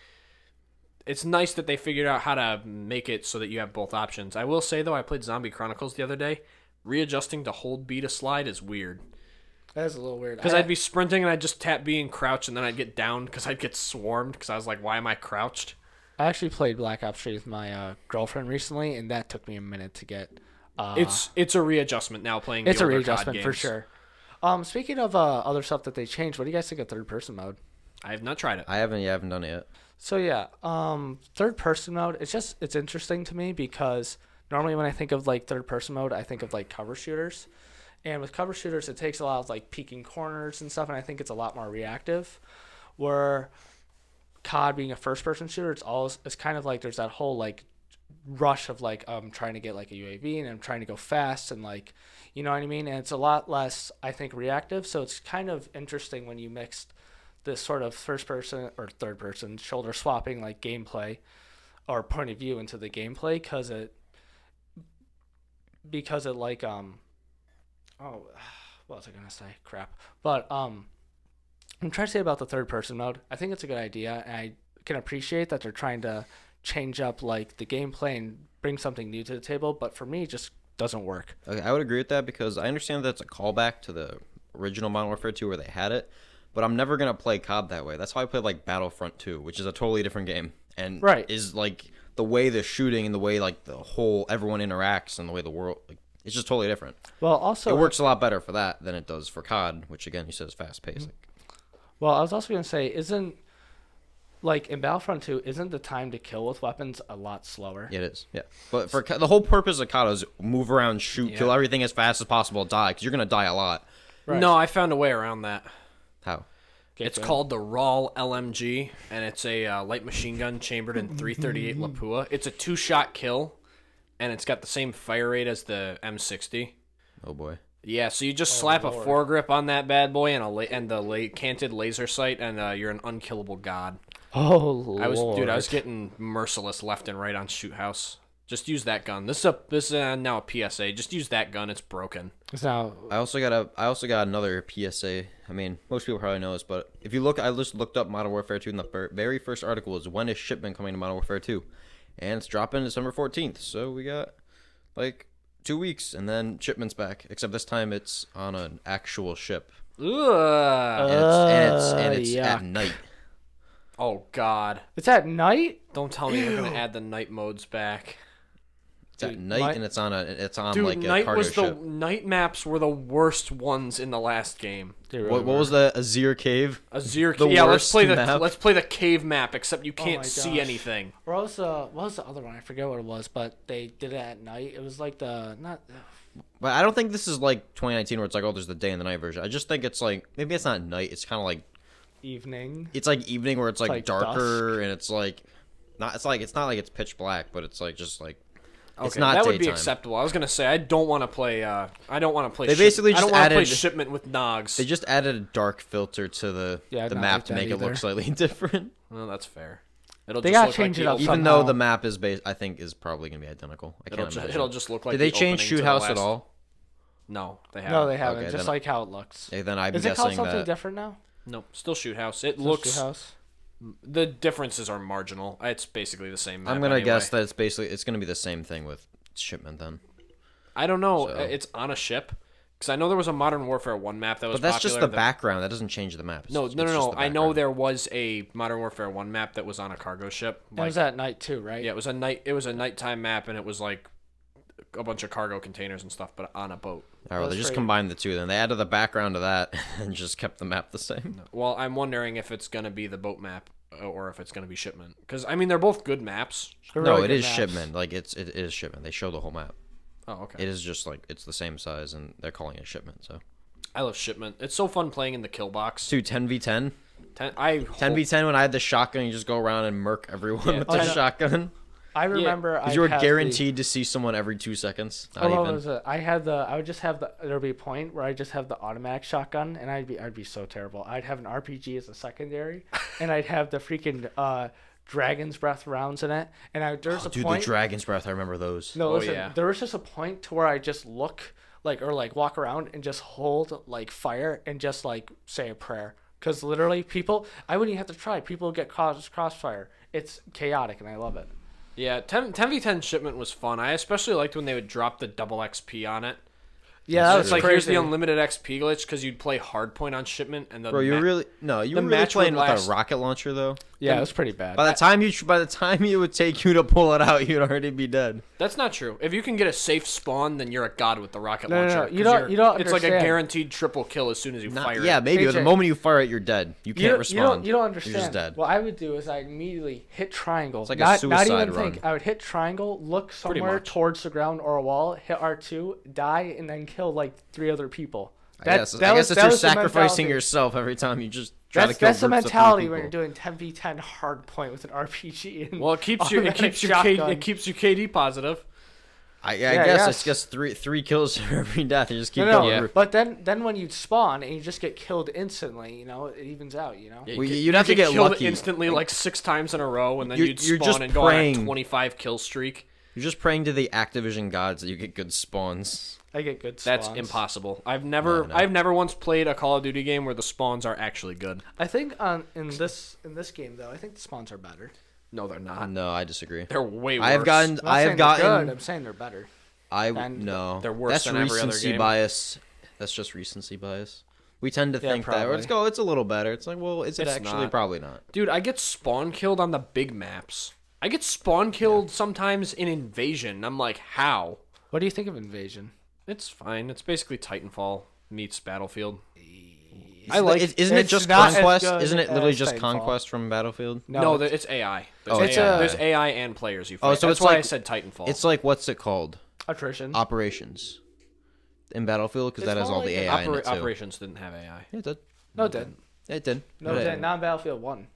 it's nice that they figured out how to make it so that you have both options. I will say though, I played Zombie Chronicles the other day. Readjusting to hold B to slide is weird that is a little weird. because I- I'd be sprinting and I'd just tap B and crouch, and then I'd get down because I'd get swarmed because I was like, why am I crouched? I actually played Black Ops 3 with my uh, girlfriend recently, and that took me a minute to get. Uh, It's it's a readjustment now playing. it's the a older COD readjustment for games. sure. Um, speaking of uh, other stuff that they changed, what do you guys think of third person mode? I have not tried it. I haven't, yeah, I haven't done it yet. So yeah, um, third person mode. It's just it's interesting to me because normally when I think of like third person mode, I think of like cover shooters, and with cover shooters, it takes a lot of like peeking corners and stuff, and I think it's a lot more reactive. Where COD being a first person shooter, it's all it's kind of like there's that whole like rush of like I'm trying to get like a UAV and I'm trying to go fast and like you know what I mean and it's a lot less I think reactive so it's kind of interesting when you mixed this sort of first person or third person shoulder swapping like gameplay or point of view into the gameplay because it because it like um oh *sighs* what was I gonna say crap but um I'm trying to say about the third person mode I think it's a good idea and I can appreciate that they're trying to change up like the gameplay and bring something new to the table but for me it just doesn't work Okay, I would agree with that because I understand that's a callback to the original Modern Warfare 2 where they had it, but I'm never gonna play COD that way. That's how I played like Battlefront 2, which is a totally different game and Right. is like the way the shooting and the way like the whole everyone interacts and the way the world like it's just totally different. well also It works a lot better for that than it does for COD, which again he says fast paced. Well, I was also gonna say, isn't like in Battlefront Two, isn't the time to kill with weapons a lot slower? Yeah, it is. Yeah, but for co- the whole purpose of COD is move around, shoot, kill Yeah. everything as fast as possible, die because you're gonna die a lot. No, I found a way around that. How? It's called the Rawl LMG, and it's a uh, light machine gun chambered in 338 Lapua. It's a two-shot kill, and it's got the same fire rate as the M60. Oh boy. Yeah, so you just slap a foregrip on that bad boy and a la- and the la- canted laser sight, and uh, you're an unkillable god. *laughs* Oh, Lord. I was, dude, I was getting merciless left and right on Shoot House. Just use that gun. This is a this is uh now a PSA. Just use that gun. It's broken. It's now I also got a I also got another PSA. I mean, most people probably know this, but if you look, I just looked up Modern Warfare 2, and the fir- very first article is when is shipment coming to Modern Warfare 2, and it's dropping December 14th. So we got like two weeks, and then shipments back. Except this time it's on an actual ship, Ugh. and it's and it's, and it's at Ah, yuck. night. Oh God! it's at night. Don't tell me they're gonna add the night modes back. It's at Dude, night, my- and it's on a it's on Dude, like a night cargo was the ship. night maps were the worst ones in the last game. What, what was the Azir Cave? Azir, The yeah, let's worst play the map. let's play the cave map. Except you Oh my can't see gosh. anything. Or else, uh, what was the other one? I forget what it was, but they did it at night. It was like the not. But I don't think this is like 2019 where it's like oh there's the day and the night version. I just think it's like maybe it's not night. It's kind of like evening. it's like evening where it's like, like darker and it's like not it's like it's not like it's pitch black, but it's like just like it's Okay, not that daytime. would be acceptable. I was gonna say I don't want to play. Uh, I don't want to play. They basically I don't just wanna play added- shipment with Nogs. They just added a dark filter to the Yeah, I'd the not map like to that make it either. look slightly *laughs* different. Well, that's fair. It'll They just gotta look change like it the up old- Even Somehow. though the map is based, I think is probably gonna be identical. I It'll can't just, imagine. it'll just look like. Did they the change opening shoot to the house last- at all? No, they haven't. No, they haven't. Okay, just then- like how it looks. Okay, then I'm Is it called guessing something that. different now? Nope, still shoot house. It Just looks your house. the differences are marginal. It's basically the same. Map I'm gonna anyway. guess that it's basically it's gonna be the same thing with shipment then. I don't know. Uh, So- It's on a ship because I know there was a Modern Warfare one map that was. But that's popular just the that- background. That doesn't change the map. It's No, just- no, it's no, just no. the I know background. there was a Modern Warfare one map that was on a cargo ship. It was at night too, right? Yeah, it was a night. It was a nighttime map, and it was like a bunch of cargo containers and stuff, but on a boat. All right, well, they Let's just try- combined the two. Then they added the background to that *laughs* and just kept the map the same. Well, I'm wondering if it's gonna be the boat map uh, or if it's gonna be shipment. Because I mean, they're both good maps. They're no, really it good is maps. shipment. Like it's it is shipment. They show the whole map. Oh, okay. It is just like it's the same size, and they're calling it shipment. So I love shipment. It's so fun playing in the kill box. two 10 v 10 Ten, I 10 hope- v 10 when i had the shotgun you just go around and murk everyone with Oh, the yeah. shotgun I remember I because you were passed the- guaranteed to see someone every two seconds not Oh, what even was it? I had the. I would just have the. There'd be a point where I just have the automatic shotgun, and I'd be. I'd be so terrible. I'd have an RPG as a *laughs* secondary, and I'd have the freaking uh, dragon's breath rounds in it. And I *gasps* there's a dude point. the dragon's breath i remember those no, Oh, listen. yeah. There was just a point to where I just look like or like walk around and just hold like fire and just like say a prayer. Cause literally people, I wouldn't even have to try. People would get cross crossfire. It's chaotic, and I love it. Yeah, 10, 10 v 10 shipment was fun. I especially liked when they would drop the double XP on it. Yeah, So that it's was like crazy. here's the unlimited XP glitch because you'd play hardpoint on shipment and the bro you ma- were really no you the were really match would playing with last- a rocket launcher though yeah, it was pretty bad. by the time you by the time it would take you to pull it out *laughs* you'd already be dead That's not true. If you can get a safe spawn, then you're a god with the rocket No, no, launcher. no, you 'cause don't- you're- you don't It's like a understand. guaranteed triple kill as soon as you Not- fire. yeah it. maybe but the AJ. moment you fire it you're dead you can't don't- respond don't, you don't understand. you're just dead What I would do is I immediately hit triangle. like a not, not suicide even run. think. I would hit triangle, look somewhere much. towards the ground or a wall, hit R two, die, and then kill like three other people. I guess, that I guess was- it's that you was the sacrificing mentality. yourself every time you just try That's, to kill that's the groups of three mentality when people. you're doing 10v10 hard point with an RPG. And Well, *laughs* it keeps you. It automatic keeps your. K, shotgun. it keeps your KD positive. I, I Yeah, guess yes. it's just three three kills *laughs* for every death. You just keep No, no, going. Yeah. But then, then when you spawn and you just get killed instantly, you know it evens out. You know. Well, You you'd have to get killed lucky. instantly, like six times in a row, and then You're- you'd spawn you're just and go on a praying. 25 kill streak. You're just praying to the Activision gods that you get good spawns. I get good. That's spawns. impossible. I've never, No, no. I've never once played a Call of Duty game where the spawns are actually good. I think on in this in this game though, I think the spawns are better. No, they're not. No, I disagree. They're way worse. I have gotten. I'm not I saying have they're gotten. Good. I'm saying they're better. I and no. they're worse That's than every other recency game. bias. That's just recency bias. We tend to Yeah, think that. Or it's go. It's a little better. It's like, well, is it It's actually? not. Probably not. Dude, I get spawn killed on the big maps. I get spawn killed sometimes in Invasion. and I'm like, how? What do you think of Invasion? It's fine. It's basically Titanfall meets Battlefield. I like. Is, isn't it it's just not as conquest? good Isn't it literally as just Titanfall. conquest from Battlefield? No, it's- it's, it's AI. There's, Oh, it's AI. AI. There's AI and players you fight. so That's it's why I like- said Titanfall. It's like what's it called? attrition. Um, Operations. In Battlefield, because It's that has more all like the an AI in Opera- it too. operations didn't have AI. Yeah, it did. no, it did. It did. No, it It did. Not in Battlefield One.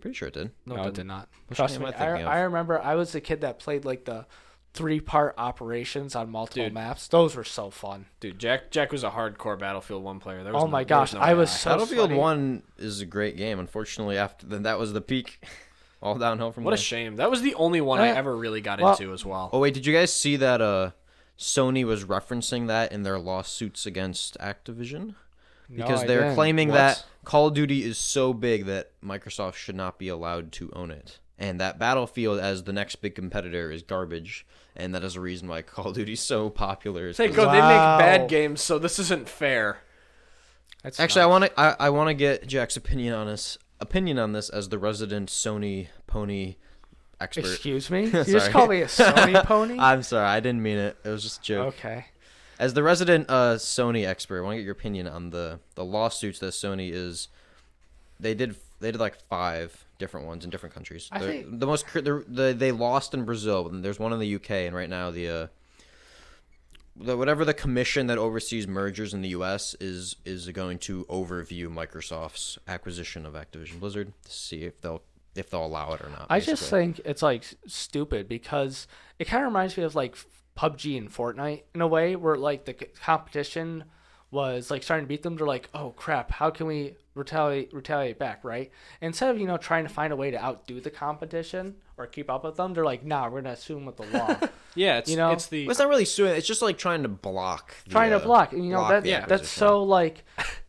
Pretty sure it did. No, it did not. Trust game me. am I thinking I, of? I remember I was the kid that played like the three-part operations on multiple maps. Those were so fun. Dude, Jack Jack was a hardcore Battlefield One player. There was Oh no- my there gosh, no I was AI. so Battlefield sweaty. One is a great game. Unfortunately, after then that was the peak. *laughs* all downhill from What a there. shame. That was the only one I Uh, ever really got well- into as well. oh wait, did you guys see that? Uh, Sony was referencing that in their lawsuits against Activision because I they're didn't. claiming What? that Call of Duty is so big that Microsoft should not be allowed to own it, and that Battlefield as the next big competitor is garbage, and that is a reason why *laughs* Call of Duty is so popular. is They 'cause- go, they Wow. make bad games, so this isn't fair. That's Actually, I nuts. want to I, I want to get Jack's opinion on this opinion on this as the resident Sony pony expert. *laughs* Excuse me. You just Sorry. call me *laughs* a Sony pony? I'm sorry, I didn't mean it. It was just a joke. okay. As the resident uh, Sony expert, I want to get your opinion on the the lawsuits that Sony is. They did they did like five different ones in different countries. I The- think- the most cr- the, the they lost in Brazil, and there's one in the UK, and right now the. Uh, the, whatever the commission that oversees mergers in the U.S. is is going to overview Microsoft's acquisition of Activision Blizzard to see if they'll if they'll allow it or not. I just basically. think it's like s- stupid because it kind of reminds me of like PUBG and Fortnite in a way where like the c- competition was like starting to beat them. They're like, oh crap, how can we retaliate retaliate back, right? Instead of you know trying to find a way to outdo the competition or keep up with them, they're like, nah, we're gonna assume with the law, Yeah, it's You know? it's the Well, it's not really suing. It's just like trying to block. the, trying uh, to block. And, you know that the that's acquisition. so like.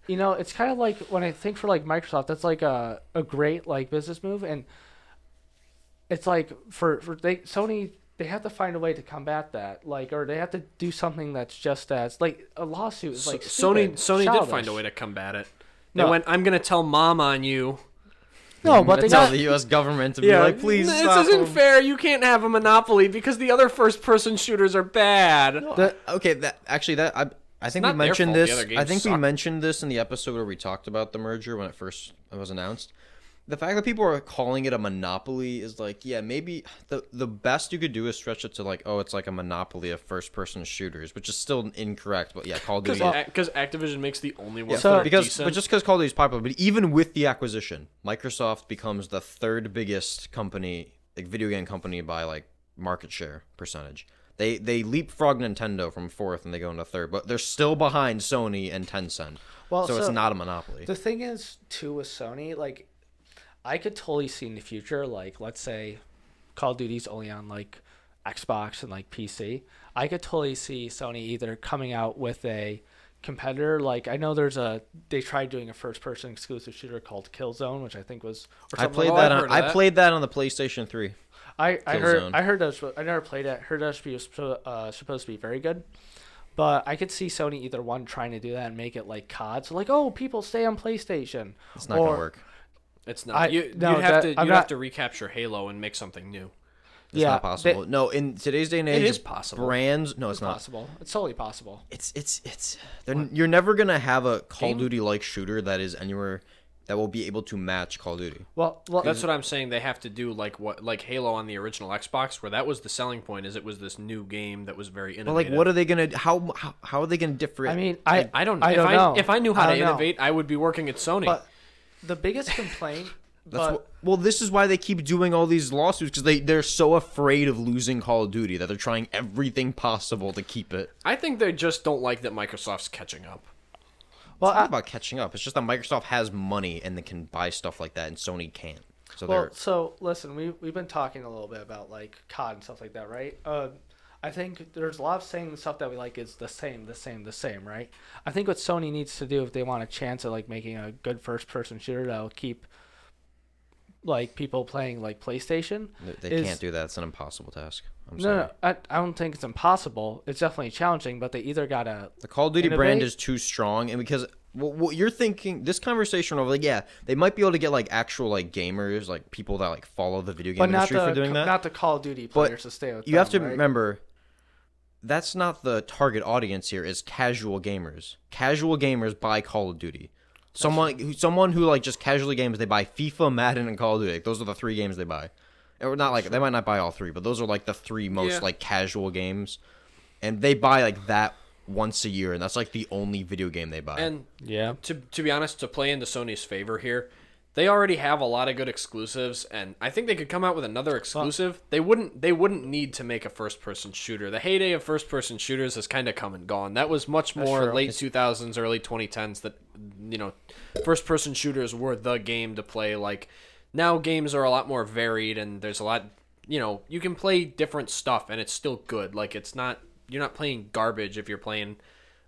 You know, it's kind of like when I think for like Microsoft, that's like a, a great like business move, and it's like for for they Sony they have to find a way to combat that like or they have to do something that's just as like a lawsuit is So- like stupid, Sony Sony childish. did find a way to combat it. They No. went, I'm gonna tell mom on you. no I'm but gonna they tell got the U.S. government to be like, please this stop isn't them." fair. You can't have a monopoly because the other first person shooters are bad. The- okay, that actually that I I think we not their mentioned fault. The this. other I games think we suck. mentioned this in the episode where we talked about the merger when it first was announced. The fact that people are calling it a monopoly is like, yeah, maybe the the best you could do is stretch it to like, oh, it's like a monopoly of first person shooters, which is still incorrect. But yeah, Call of Because Duty. Activision makes the only one Yeah, that so- are because decent. but just because Call of Duty is popular, but even with the acquisition, Microsoft becomes the third biggest company, like video game company by like market share percentage. They they leapfrog Nintendo from fourth and they go into third, but they're still behind Sony and Tencent. Well, so, it's so- not a monopoly. the thing is too with Sony like I could totally see in the future like let's say Call of Duty's only on like Xbox and like PC. I could totally see Sony either coming out with a competitor like I know there's a they tried doing a first person exclusive shooter called Killzone which I think was or I something played Oh, that I've on heard of I that. played that on the PlayStation Three. I, I Killzone. heard I heard that was, suppo- I never played it. Heard that was supposed to, uh, supposed to be very good, but I could see Sony either one trying to do that and make it like COD, so like oh people stay on PlayStation. It's not Or- gonna work. it's not. I- you, no, would have that- to. You'd I'm have not- to recapture Halo and make something new. It's yeah, not they- possible. no, in today's day and age, is possible. Brands, no, it's, it's not. possible. It's totally possible. it's it's it's they're, you're never gonna have a Call of Duty like shooter that is anywhere that will be able to match Call of Duty. Well, well That's what I'm saying. They have to do like what, like Halo on the original Xbox, where that was the selling point. Is it was this new game that was very But innovative. like, what are they gonna how how, how are they gonna I differentiate? mean. I I don't. I if don't I, know. If I knew how I to don't know. innovate, I would be working at Sony. But the biggest complaint, *laughs* That's but what, well, this is why they keep doing all these lawsuits because they they're so afraid of losing Call of Duty that they're trying everything possible to keep it. I think they just don't like that Microsoft's catching up. well, It's not I- about catching up. It's just that Microsoft has money and they can buy stuff like that, and Sony can't. So Well, they're so listen, we we've been talking a little bit about like COD and stuff like that, right? Uh, I think there's a lot of saying stuff that we like is the same, the same, the same, right? I think what Sony needs to do if they want a chance at like making a good first-person shooter that'll keep like people playing like PlayStation, they is- can't do that. It's an impossible task. I'm No, sorry. no, I, I don't think it's impossible. It's definitely challenging, but they either gotta The Call of Duty brand Innovate? is too strong, and because what, what you're thinking, this conversation over like, yeah, they might be able to get like actual like gamers, like people that like follow the video game but not industry the for doing that. not the Call of Duty But players to stay with. you have to them, right? remember that's not the target audience here is casual gamers casual gamers buy call of duty someone who, someone who like just casually games they buy fifa madden and call of duty Like, those are the three games they buy or not like they might not buy all three but those are like the three most Yeah. like casual games and they buy like that once a year and that's like the only video game they buy And Yeah. to to be honest, to play into Sony's favor here, they already have a lot of good exclusives, and I think they could come out with another exclusive. they wouldn't they wouldn't need to make a first person shooter. The heyday of first person shooters has kind of come and gone. That was much more true. late two thousands, early twenty tens. That you know, first person shooters were the game to play. Like now games are a lot more varied and there's a lot you know you can play different stuff and it's still good like it's not you're not playing garbage if you're playing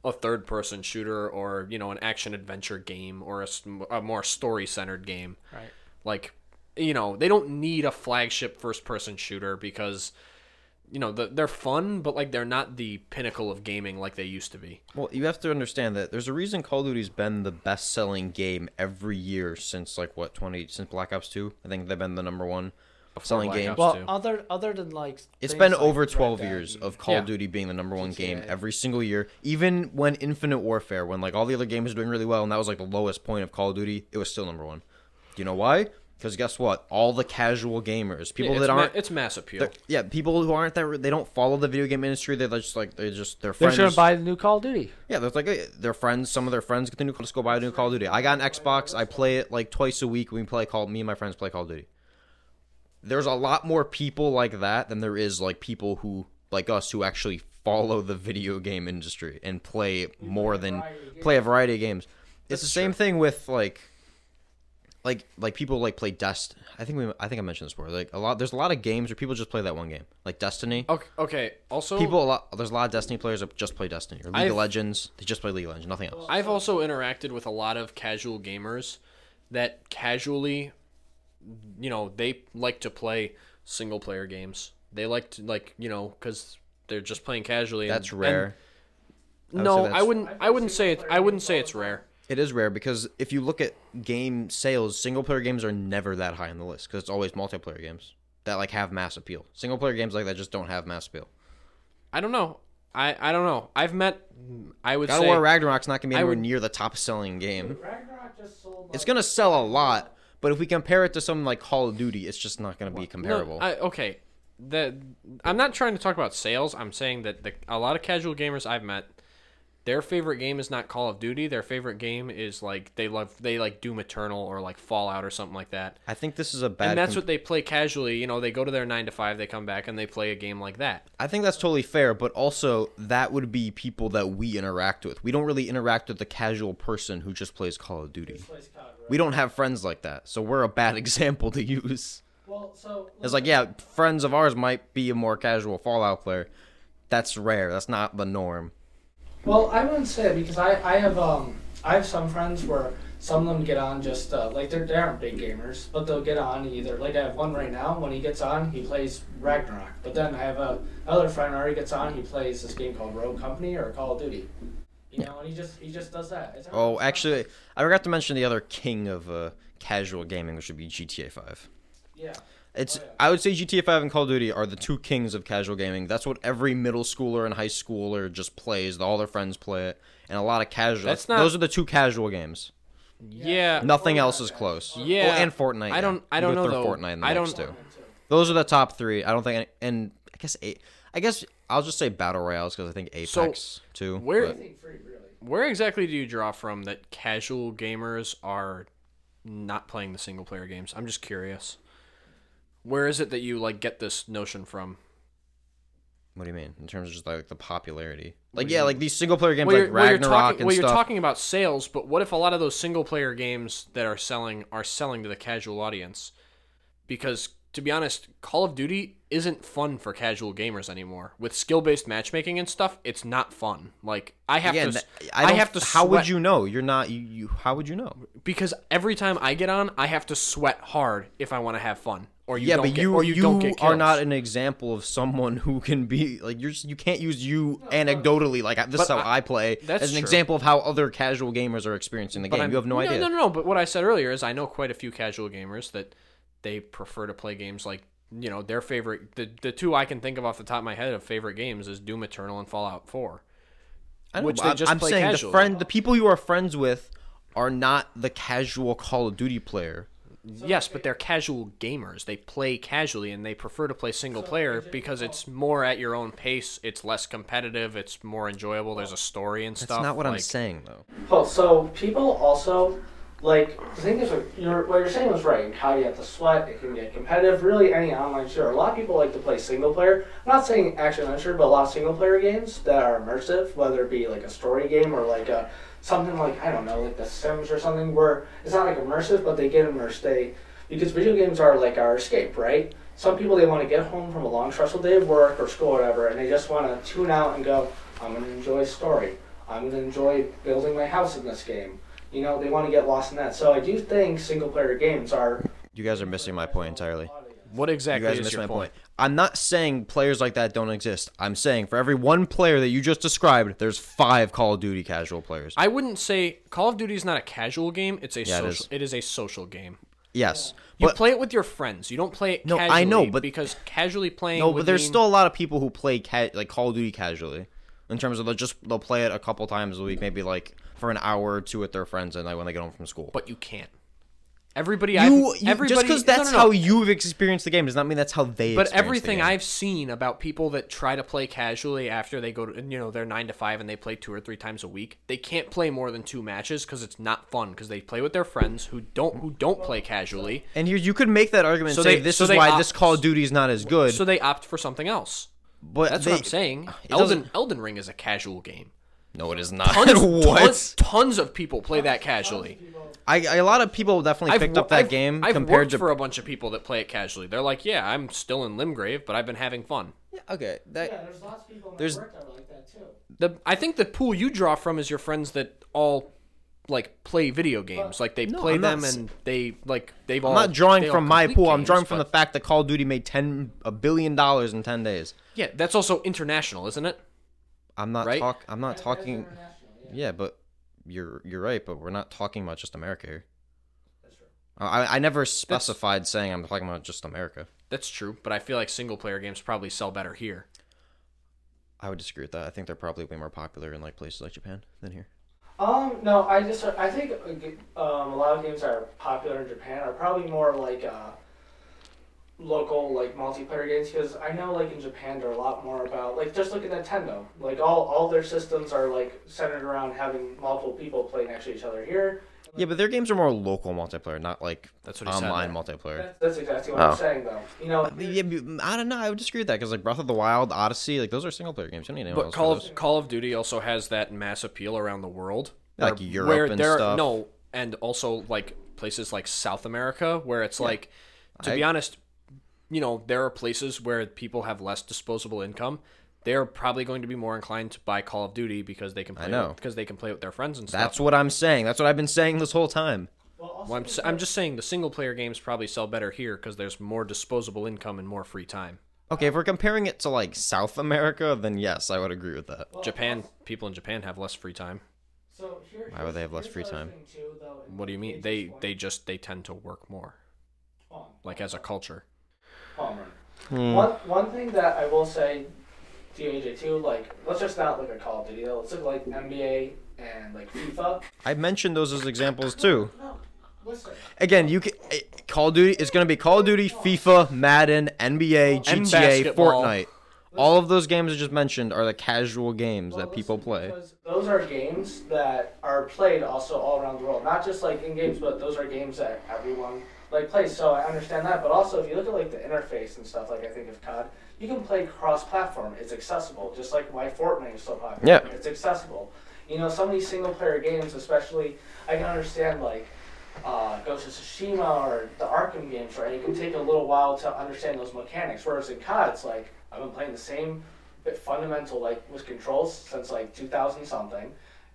a third person shooter or you know an action adventure game or a, s- a more story centered game Right. like you know they don't need a flagship first person shooter because you know the, they're fun but like they're not the pinnacle of gaming like they used to be Well, you have to understand that there's a reason Call of Duty's been the best-selling game every year since like what 20 since Black Ops 2. I think they've been the number one selling Black game. Ops. Well, too. other other than like It's things been like over Red 12 Dead years and- of Call of Yeah. Duty being the number one game GTA. every single year. Even when Infinite Warfare, when like all the other games were doing really well, and that was like the lowest point of Call of Duty, it was still number one. Do you know why? Because guess what? All the casual gamers, people it's, that ma- aren't, it's mass appeal they're- yeah, people who aren't that they don't follow the video game industry. They're just like they're just their They're friends. just gonna buy the new Call of Duty. Yeah, there's like eh, their friends. Some of their friends get the new. Just go buy a new Call of Duty. I got an Xbox. I play it like twice a week. We play Call. Me and my friends play Call of Duty. There's a lot more people like that than there is like people who like us who actually follow the video game industry and play more than play a variety of games. It's the same thing with like like like people like play Dest. I think we I think I mentioned this before. Like a lot. There's a lot of games where people just play that one game, like Destiny. okay, okay also People a lot. There's a lot of Destiny players that just play Destiny or League I've- of Legends. They just play League of Legends, nothing else. I've also interacted with a lot of casual gamers that casually, you know, they like to play single player games. They like to like you know because they're just playing casually. and- That's and- rare. would no, say that's- I wouldn't. I wouldn't say it. I wouldn't say it's rare. It is rare because if you look at game sales, single player games are never that high on the list because it's always multiplayer games that like have mass appeal. Single player games like that just don't have mass appeal. I don't know. I I don't know. I've met. I would God of say War Ragnarok's not gonna be I anywhere would- near the top selling game. It's gonna sell a lot, but if we compare it to something like Call of Duty, it's just not gonna be comparable. No, I, okay, the I'm not trying to talk about sales. I'm saying that the, a lot of casual gamers I've met, their favorite game is not Call of Duty. Their favorite game is like they love they like Doom Eternal or like Fallout or something like that. I think this is a bad. And that's comp- what they play casually. You know, they go to their nine to five, they come back and they play a game like that. I think that's totally fair, but also that would be people that we interact with. We don't really interact with the casual person who just plays Call of Duty. We don't have friends like that, so we're a bad *laughs* example to use. Well, so It's like, yeah, friends of ours might be a more casual Fallout player. That's rare. That's not the norm. Well, I wouldn't say it because I, I have um I have some friends where some of them get on just uh, like they're they aren't big gamers, but they'll get on either like I have one right now. When he gets on, he plays Ragnarok. But then I have a other friend already gets on. He plays this game called Rogue Company or Call of Duty. You know, and he just he just does that. It's Oh, actually, I forgot to mention the other king of uh, casual gaming, which would be GTA 5. yeah. It's Oh, yeah. I would say GTA 5 and Call of Duty are the two kings of casual gaming. That's what every middle schooler and high schooler just plays. All their friends play it, and a lot of casual. That's not- Those are the two casual games. Yeah. Nothing else is close. Yeah. Oh, and Fortnite. I don't- yeah. I You don't could know, throw though. Fortnite in the I mix, don't- too. Those are the top three. I don't think, any, and I guess eight. I guess I'll just say battle royales because I think Apex too. where- but- Anything free, really. Where exactly do you draw from that casual gamers are not playing the single player games? I'm just curious. Where is it that you like get this notion from? what do you mean in terms of just like the popularity? Like yeah, like these single player games Well, like you're, well, you're Ragnarok talking, and well, stuff. you're talking about sales, but what if a lot of those single player games that are selling are selling to the casual audience? Because to be honest, Call of Duty isn't fun for casual gamers anymore. With skill based matchmaking and stuff, it's not fun. Like I have Again, to, s- th- I, don't- have to. How would sweat- you know? You're not. You, you. How would you know? Because every time I get on, I have to sweat hard if I want to have fun. Or you yeah, don't but get, you or you, don't get are kills. not an example of someone who can be like you're. just- You can't use you anecdotally like this is But how I- I, play that's as an true. example of how other casual gamers are experiencing the But game. I'm- you have no, idea. No, no, no. But what I said earlier is I know quite a few casual gamers that they prefer to play games like you know their favorite. The the two I can think of off the top of my head of favorite games is Doom Eternal and Fallout Four. I know, which but they I'm- just I'm play saying casually. the friend, the people you are friends with, are not the casual Call of Duty player. yes, but they're casual gamers. They play casually and they prefer to play single player because it's more at your own pace. It's less competitive. It's more enjoyable. There's a story and That's stuff. not what I'm like- saying though. Well, so people also like the thing is what you're, what you're saying was right. How you have to sweat, it can get competitive. Really, any online shooter. A lot of people like to play single player. I'm not saying action adventure, but a lot of single player games that are immersive, whether it be like a story game or like a something like I don't know, like The Sims or something, where it's not like immersive, but they get immersed. They because video games are like our escape, right? Some people they want to get home from a long stressful day of work or school or whatever, and they just want to tune out and go, I'm going to enjoy a story. I'm going to enjoy building my house in this game. You know, they want to get lost in that. So I do think single player games are You guys are missing my point entirely. What You exactly guys is missed your my point? point. I'm not saying players like that don't exist. I'm saying for every one player that you just described, there's five Call of Duty casual players. I wouldn't say Call of Duty is not a casual game. It's a Yeah, it social. is. it is a social game. yes, You but play it with your friends. You don't play it. No, casually I know, but- because casually playing. no, would but there's mean- still a lot of people who play ca- like Call of Duty casually, in terms of they'll just they'll play it a couple times a week, maybe like for an hour or two with their friends, and like when they get home from school. But you can't. Everybody, I've, you, you everybody just because no, that's no, no. how you've experienced the game does not mean that's how they. But experience the everything game. I've seen about people that try to play casually after they go to, you know, they're nine to five and they play two or three times a week, they can't play more than two matches because it's not fun because they play with their friends who don't who don't play casually, and here you could make that argument. So and say they- this so is they why opt- this Call of Duty is not as good. so they opt for something else. but That's they- what I'm saying. doesn't- Elden Elden Ring is a casual *laughs* game. No, it is not. Tons, *laughs* what? tons, tons of people play that casually. I, I- a lot of people definitely picked wo- up that I've- game I've compared worked to. for a bunch of people that play it casually. They're like, yeah, I'm still in Limgrave, but I've been having fun. okay, that there's lots of people in There's- work that are like that too. The I think the pool you draw from is your friends that all like play video games. Like they play I'm not them s- and they like they've I'm all. not drawing they all from my complete pool. I'm games, drawing from the but- fact that Call of Duty made ten a billion dollars in ten days. yeah. That's also international, isn't it? I'm not Right? talk. I'm not talking. Yeah, but you're you're right. But we're not talking about just America here. I, I never specified saying I'm talking about just America. That's true. But I feel like single player games probably sell better here. I would disagree with that. I think they're probably way more popular in like places like Japan than here. Um, no, I just I think uh, g- um, a lot of games that are popular in Japan are probably more like uh, local like multiplayer games because I know like in Japan they're a lot more about like just look at Nintendo like all all their systems are like centered around having multiple people play next to each other here. Yeah, but their games are more local multiplayer, not like That's what he said. online multiplayer. That's, that's exactly what Oh. I'm saying though. You know, Yeah, but I don't know. I would disagree with that because like Breath of the Wild, Odyssey, like those are single player games. You don't need anyone But else Call for those. of Call of Duty also has that mass appeal around the world, Like Europe and there- stuff. No, and also like places like South America, where it's like, to I- be honest, you know, there are places where people have less disposable income. They're probably going to be more inclined to buy Call of Duty because they can play know. With, because they can play with their friends and stuff. That's what I'm saying. That's what I've been saying this whole time. Well, I'm, s- I'm just saying the single player games probably sell better here because there's more disposable income and more free time. Okay, if we're comparing it to like South America, then yes, I would agree with that. Japan people in Japan have less free time. so here, Why would they have less here's free another time? thing, too, though, and What do you mean? it's They just they just they tend to work more fun. like as a culture. Palmer. Hmm. One one thing that I will say to you, AJ too, like let's just not look at Call of Duty though. Let's look at, like NBA and like FIFA. I mentioned those as examples too. No, listen. Again, you can eh, Call of Duty. It's gonna be Call of Duty, FIFA, Madden, NBA, And GTA, basketball. Fortnite. All of those games I just mentioned are the casual games that people play. Because those are games that are played also all around the world. Not just like in games, but those are games that everyone like plays. So I understand that. But also if you look at like the interface and stuff, like I think of COD, you can play cross platform. It's accessible. Just like why Fortnite is so popular. Yeah. It's accessible. You know, some of these single player games especially I can understand like uh, Ghost of Tsushima or the Arkham games, right? It can take a little while to understand those mechanics. Whereas in COD, it's like I've been playing the same bit fundamental like with controls since like 2000 something,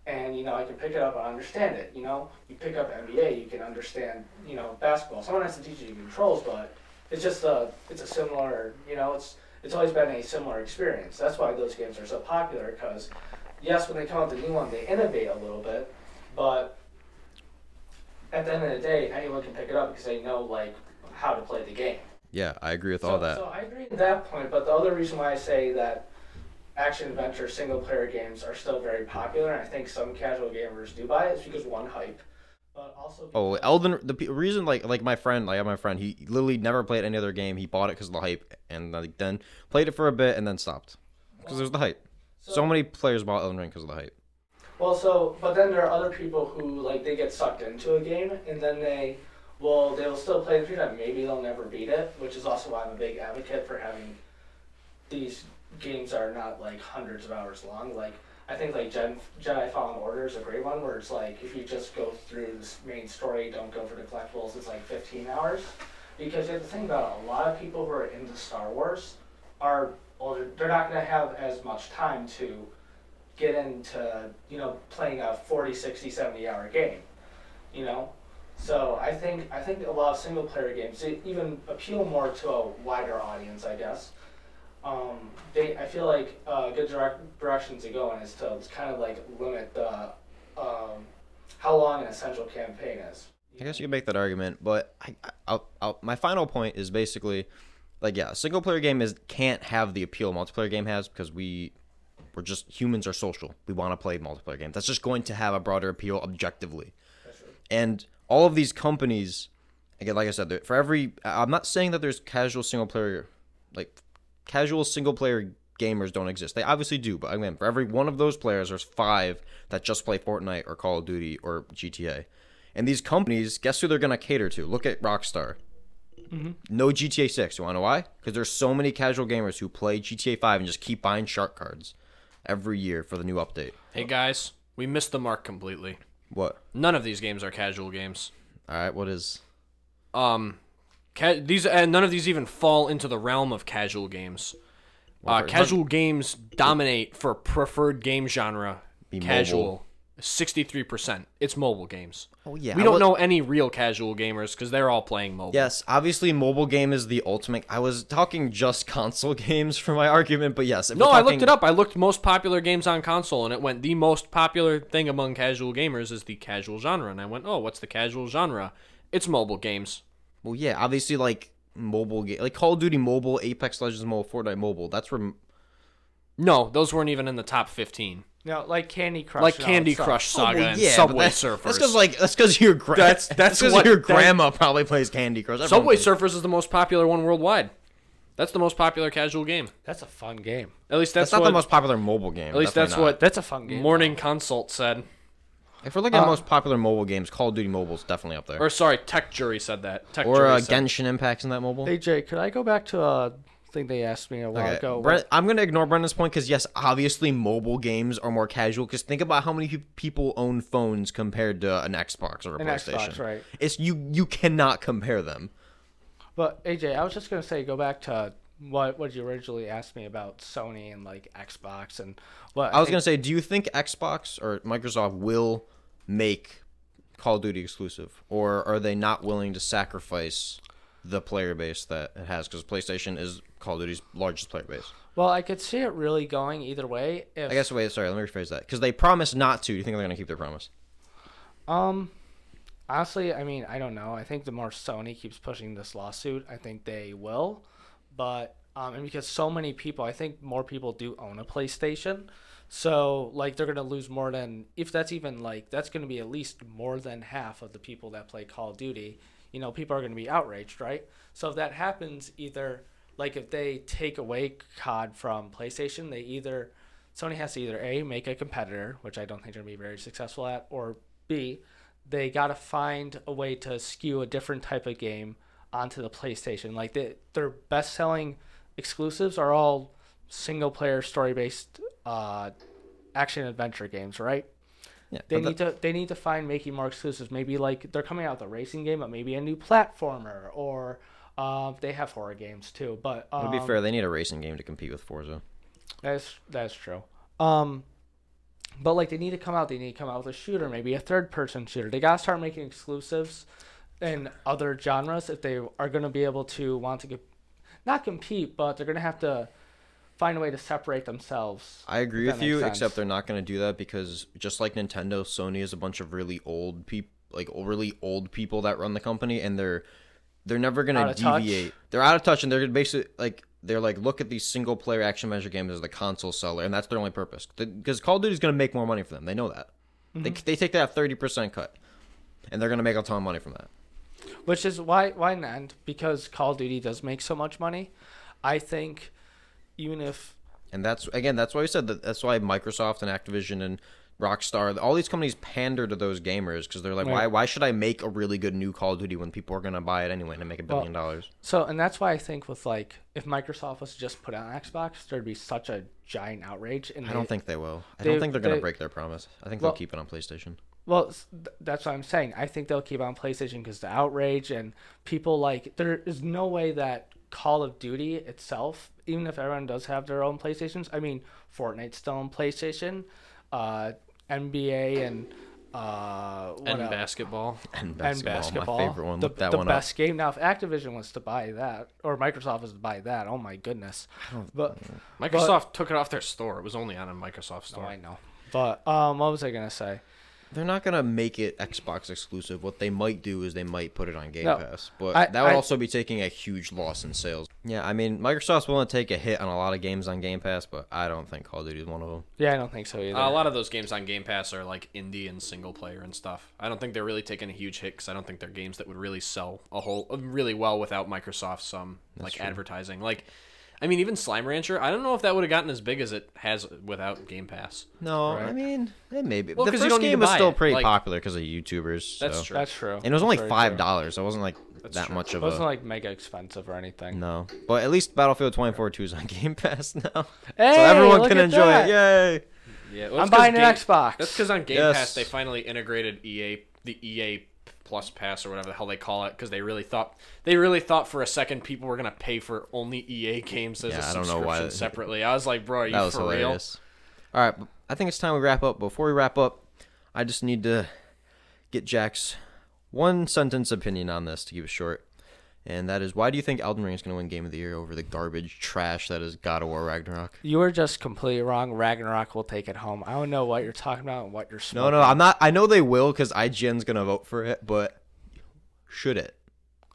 and you know I can pick it up and understand it. You know, you pick up NBA, you can understand you know basketball. Someone has to teach you controls, but it's just a it's a similar you know it's it's always been a similar experience. That's why those games are so popular because yes, when they come out with a new one, they innovate a little bit, but at the end of the day, anyone can pick it up because they know like how to play the game. Yeah, I agree with So, all that. so I agree with that point, but the other reason why I say that action adventure single player games are still very popular, and I think some casual gamers do buy it, is because one hype, but also Oh, Elden. The pe- reason, like, like my friend, like I have my friend, he literally never played any other game. He bought it because of the hype, and like then played it for a bit and then stopped because there's the hype. So many players bought Elden Ring because of the hype. Well, so but then there are other people who like they get sucked into a game and then they well they will still play the free time. Maybe they'll never beat it, which is also why I'm a big advocate for having these games that are not like hundreds of hours long. Like I think like Jedi, Jedi Fallen Order is a great one where it's like if you just go through this main story, don't go for the collectibles. It's like 15 hours because you have to think about it, a lot of people who are into Star Wars are well, they're- they're not going to have as much time to get into you know playing a 40, 60, 70 hour game. You know, so I think I think a lot of single player games they even appeal more to a wider audience, I guess. Um, they I feel like uh, good direct, directions to go in is to kind of like limit the um, how long an essential campaign is. I guess you can make that argument, but I, I, I'll, I'll, my final point is basically, like, yeah, a single player game is can't have the appeal a multiplayer game has because we, we're just humans are social. We want to play multiplayer games. That's just going to have a broader appeal objectively, and all of these companies, again, like I said, there- for every, I- I'm not saying that there's casual single player, like, casual single player gamers don't exist. They obviously do, but I mean, for every one of those players, there's five that just play Fortnite or Call of Duty or GTA. And these companies, guess who they're going to cater to? Look at Rockstar. Mm-hmm. No GTA 6. You want to know why? Because there's so many casual gamers who play GTA 5 and just keep buying shark cards every year for the new update. Hey guys, we missed the mark completely. What? None of these games are casual games. All right, what is. Um, ca- these and none of these even fall into the realm of casual games. Uh, for- casual games dominate for preferred game genre. Be Casual, mobile. sixty-three percent. It's mobile games. Oh, yeah. we I don't was- know any real casual gamers because they're all playing mobile. Yes, obviously, mobile game is the ultimate. I was talking just *laughs* console games for my argument, but yes. if No, we're I talking- looked it up. I looked most popular games on console, and it went the most popular thing among casual gamers is the casual genre. And I went, oh, what's the casual genre? It's mobile games. Well, yeah, obviously, like mobile game, like Call of Duty Mobile, Apex Legends Mobile, Fortnite Mobile. That's where No, those weren't even in the top fifteen. No, like Candy Crush. like and all Candy that stuff. Crush Saga Oh, Well, and yeah, but Subway that- Surfers. That's because like that's because your gra- That's- that's that's that's because what- your that- grandma probably plays Candy Crush. Everyone Subway plays- Surfers is the most popular one worldwide. That's the most popular casual game. That's a fun game. At least that's, That's not what, the most popular mobile game. At least that's definitely what not. That's a fun game. Morning Consult said, If we're Uh, looking at most popular mobile games, Call of Duty Mobile is definitely up there. or sorry, Tech Jury said that. Tech Or Jury uh, said, Genshin Impact's in that mobile. Hey Jay, could I go back to a thing they asked me a while Okay, ago? Bren- I'm gonna ignore Brendan's point because yes, obviously mobile games are more casual. Because think about how many pe- people own phones compared to an Xbox or a An PlayStation. Xbox, right. It's you you cannot compare them. But AJ, I was just gonna say, go back to what what you originally asked me about Sony and like Xbox and what I was gonna say, do you think Xbox or Microsoft will make Call of Duty exclusive, or are they not willing to sacrifice the player base that it has? Because PlayStation is Call of Duty's largest player base. Well, I could see it really going either way. If, I guess. Wait, sorry, let me rephrase that. Because they promised not to. Do you think they're gonna keep their promise? Um, honestly, I mean, I don't know. I think the more Sony keeps pushing this lawsuit, I think they will. But um, and because so many people, I think more people do own a PlayStation, so like they're gonna lose more than if that's even like that's gonna be at least more than half of the people that play Call of Duty. You know, people are gonna be outraged, right? So if that happens, either like if they take away COD from PlayStation, they either Sony has to either A, make a competitor, which I don't think they're going to be very successful at, or B, they got to find a way to skew a different type of game onto the PlayStation. Like they, their best selling exclusives are all single player story based uh, action adventure games, right? Yeah. They but need to they need to find making more exclusives. Maybe like they're coming out with a racing game, but maybe a new platformer, or uh, they have horror games too. But that- um, to be fair, they need a racing game to compete with Forza. that's that's true. Um, but like they need to come out. They need to come out with a shooter, maybe a third-person shooter. They gotta start making exclusives in other genres if they are gonna be able to want to get, not compete, but they're gonna have to find a way to separate themselves. I agree If with that you, makes sense. except they're not going to do that because just like Nintendo, Sony is a bunch of really old people, like really old people that run the company, and they're they're never going Out to of touch. deviate. They're out of touch, and they're basically like they're like look at these single player action measure games as the console seller, and that's their only purpose. Because Call of Duty is going to make more money for them. They know that. Mm-hmm. They they take that thirty percent cut, and they're going to make a ton of money from that. Which is why why not? Because Call of Duty does make so much money. I think even if And that's again, that's why we said that. That's why Microsoft and Activision and Rockstar, all these companies pander to those gamers because they're like, Right. why, why should I make a really good new Call of Duty when people are gonna buy it anyway and I make a Well, billion dollars? So, and that's why I think with like, if Microsoft was to just put it on Xbox, there'd be such a giant outrage. And I don't they- think they will. I they- don't think they're gonna they- break their promise. I think Well- they'll keep it on PlayStation. Well, s- th- that's what I'm saying. I think they'll keep on PlayStation because the outrage and people like there is no way that Call of Duty itself, even if everyone does have their own PlayStations. I mean, Fortnite's still on PlayStation, uh, NBA and uh, what and else? basketball. And and basketball, basketball. my favorite one. The, Look that the one best game now. If Activision was to buy that, or Microsoft was to buy that, oh my goodness. But Microsoft took it off their store. It was only on a Microsoft oh, store. I know. But um, what was I gonna say? up. They're not gonna make it Xbox exclusive. What they might do is they might put it on Game No. Pass, but I- that would I- also be taking a huge loss in sales. Yeah, I mean Microsoft's willing to take a hit on a lot of games on Game Pass, but I don't think Call of Duty is one of them. Yeah, I don't think so either. Uh, a lot of those games on Game Pass are like indie and single player and stuff. I don't think they're really taking a huge hit because I don't think they're games that would really sell a whole uh, really well without Microsoft's um like advertising. Like, I mean, even Slime Rancher, I don't know if that would have gotten as big as it has without Game Pass. No, I Right. mean it may be. Well, the 'cause you first don't need to game was buy still it, pretty like- popular 'cause popular because of YouTubers. That's so- true. that's true. And it was only Very five true. dollars. It wasn't like that true. much of It wasn't a like mega expensive or anything. no. But at least Battlefield 2042 is on *laughs* Game Pass now, so Hey, everyone look can at enjoy that. it. Yay! Yeah, I'm buying an Xbox. That's because on Game Yes. Pass they finally integrated EA, the EA Plus Pass or whatever the hell they call it, because they really thought they really thought for a second people were gonna pay for only EA games as a Yeah, I don't know subscription why that- separately. I was like, bro, are you That was for hilarious. All right, b- I think it's time we wrap up. Before we wrap up, I just need to get Jack's one sentence opinion on this to keep it short. And that is, why do you think Elden Ring is going to win Game of the Year over the garbage trash that is God of War Ragnarok? You were just completely wrong. Ragnarok will take it home. I don't know what you're talking about and what you're No, smoking. no, I'm not. I know they will because IGN's going to vote for it, but should it?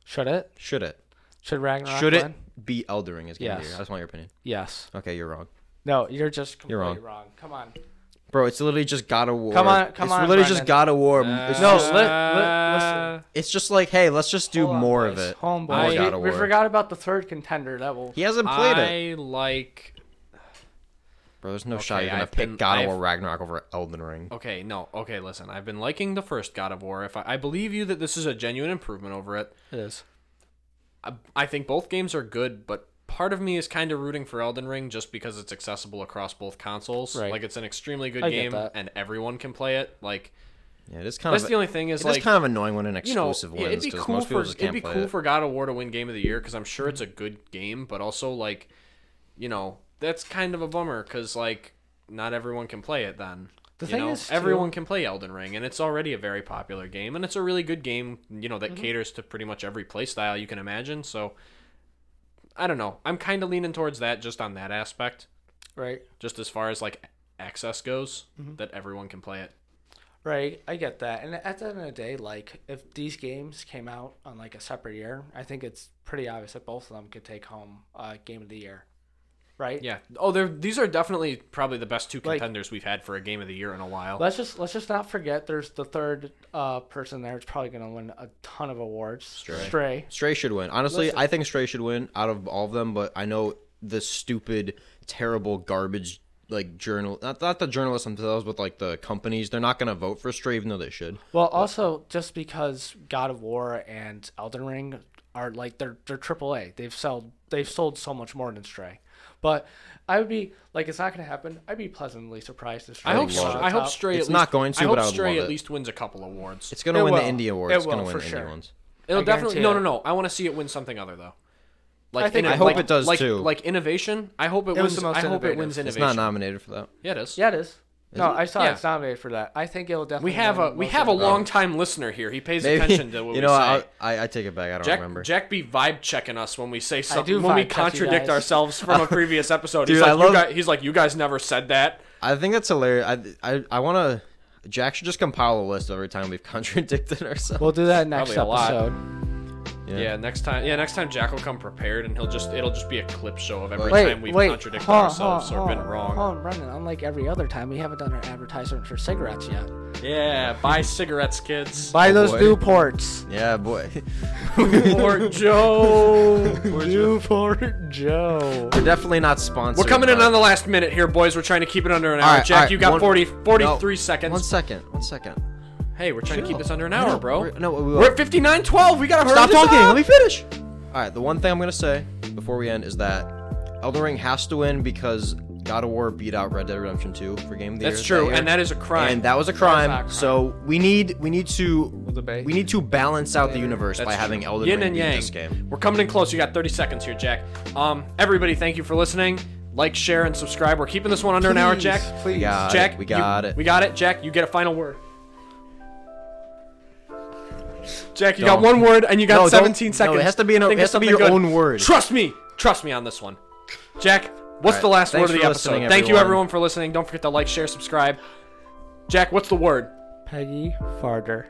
Should it? Should it? Should Uh, Ragnarok Should win? it be Elden Ring as Game of the Yes. Year? I just want your opinion. Yes. Okay, you're wrong. No, you're just completely wrong. wrong. Come on. Bro, it's literally just God of War. Come on- come it's on, literally just Brendan. God of War. it's, No, just, let- let- listen. it's just like, hey, let's just do Hold on, more boys. of it. Hold on, More boys. God we, of we War. forgot about the third contender. That will. He hasn't played I it. like. Bro, there's no shot Okay, you're gonna I've pick been- God of I've- War Ragnarok over Elden Ring. Okay, no. Okay, listen. I've been liking the first God of War. If I, I believe you that this is a genuine improvement over it, It is. I, I think both games are good, but part of me is kind of rooting for Elden Ring just because it's accessible across both consoles. Right. Like it's an extremely good I get game that. and everyone can play it. Like Yeah, it is kind that's of the only thing it is is like kind of annoying when an you know, exclusive yeah, it'd wins be because cool most for people just it'd can't be play cool it. for God of War to win Game of the Year because I'm sure it's a good game, but also like you know that's kind of a bummer because like not everyone can play it then. The you thing know, is, too- everyone can play Elden Ring, and it's already a very popular game, and it's a really good game. You know that Mm-hmm. caters to pretty much every play style you can imagine. So I don't know. I'm kind of leaning towards that just on that aspect, Right. just as far as like access goes, Mm-hmm. that everyone can play it. Right. I get that. And at the end of the day, like if these games came out on like a separate year, I think it's pretty obvious that both of them could take home uh, game of the year. Right. Yeah. Oh, they're these are definitely probably the best two Like- contenders we've had for a game of the year in a while. Let's just let's just not forget. There's the third uh, person there. It's probably gonna win a ton of awards. Stray. Stray should win. Honestly, I think Stray should win out of all of them, but I know the stupid, terrible garbage like journal not, not the journalists themselves, but like the companies, they're not gonna vote for Stray even though they should. Well, also just because God of War and Elden Ring are like they're they're triple A. They've sold they've sold so much more than Stray. But I would be like, it's not gonna happen. I'd be pleasantly surprised if Stray. I hope came out I hope top. Stray It's at least, not going to, I hope but I would Stray love at it. least wins a couple awards. It's gonna It win the will. indie It awards, it's gonna will, win for indie sure. ones. It'll I definitely guarantee no it. no no. I want to see it win something other though. Like I think in a- I hope like- it does, like, too. Like innovation. I hope it, It was wins. the most I hope innovative. it wins It's not innovation. nominated for that. Yeah, it is. Yeah, it is. no, I saw Yeah. it's nominated for that. I think it'll definitely. We have win a we most have a of them. long time listener here. He pays Maybe attention *laughs* to what you know, we say. I, I I take it back. I don't Jack, remember. Jack be vibe checking us when we say do something when vibe check we you contradict guys. ourselves *laughs* from a previous episode. Dude, he's like, I love- you guys, he's like, you guys never said that. I think that's hilarious. I I, I want to. Jack should just compile a list of every time we've *laughs* contradicted ourselves. We'll do that next Probably a lot. episode. Yeah. Yeah. next time. Yeah, next time Jack will come prepared, and he'll just it'll just be a clip show of every Wait, time we've wait. contradicted hold on, ourselves hold or on, been hold on, wrong. Hold on, Brendan. Unlike every other time, we haven't done our advertisement for cigarettes yet. Yeah, buy cigarettes, kids. *laughs* Buy those boy. Newports. Yeah, boy. Or Joe. *laughs* Newport Joe. We're definitely not sponsored. We're coming in by- on the last minute here, boys. We're trying to keep it under an All hour. right, all Jack, right, you got one- 40, no, 43 seconds. One second. One second. Hey, we're trying to keep Chill. this under an I hour, know, bro. we're- no, we- we- we're at 59.12. We gotta hurry Stop this talking. up. Let me finish. All right. The one thing I'm gonna say before we end is that Elden Ring has to win because God of War beat out Red Dead Redemption 2 for game of the That's year. true, year. and that is a crime. And that was a not crime. a crime. So we need we need to debate. we need to balance out the universe by That's having true. Elden Yin Ring and beat yang. this game. We're coming in close. You got 30 seconds here, Jack. Um, everybody, thank you for listening. Like, share, and subscribe. We're keeping this one under an hour, Jack. Please. We got Jack, it. We you- got it. We got it, Jack. You get a final word. Jack, you got Don't. one word, and you got No, don't- 17 no, seconds. it has to be an- it Think of has to be something your good. own word. Trust me. Trust me on this one. Jack, what's All right. the last word Thanks of the for episode? listening, Thank you, everyone. everyone, for listening. Don't forget to like, share, subscribe. Jack, what's the word? Peggy Farter.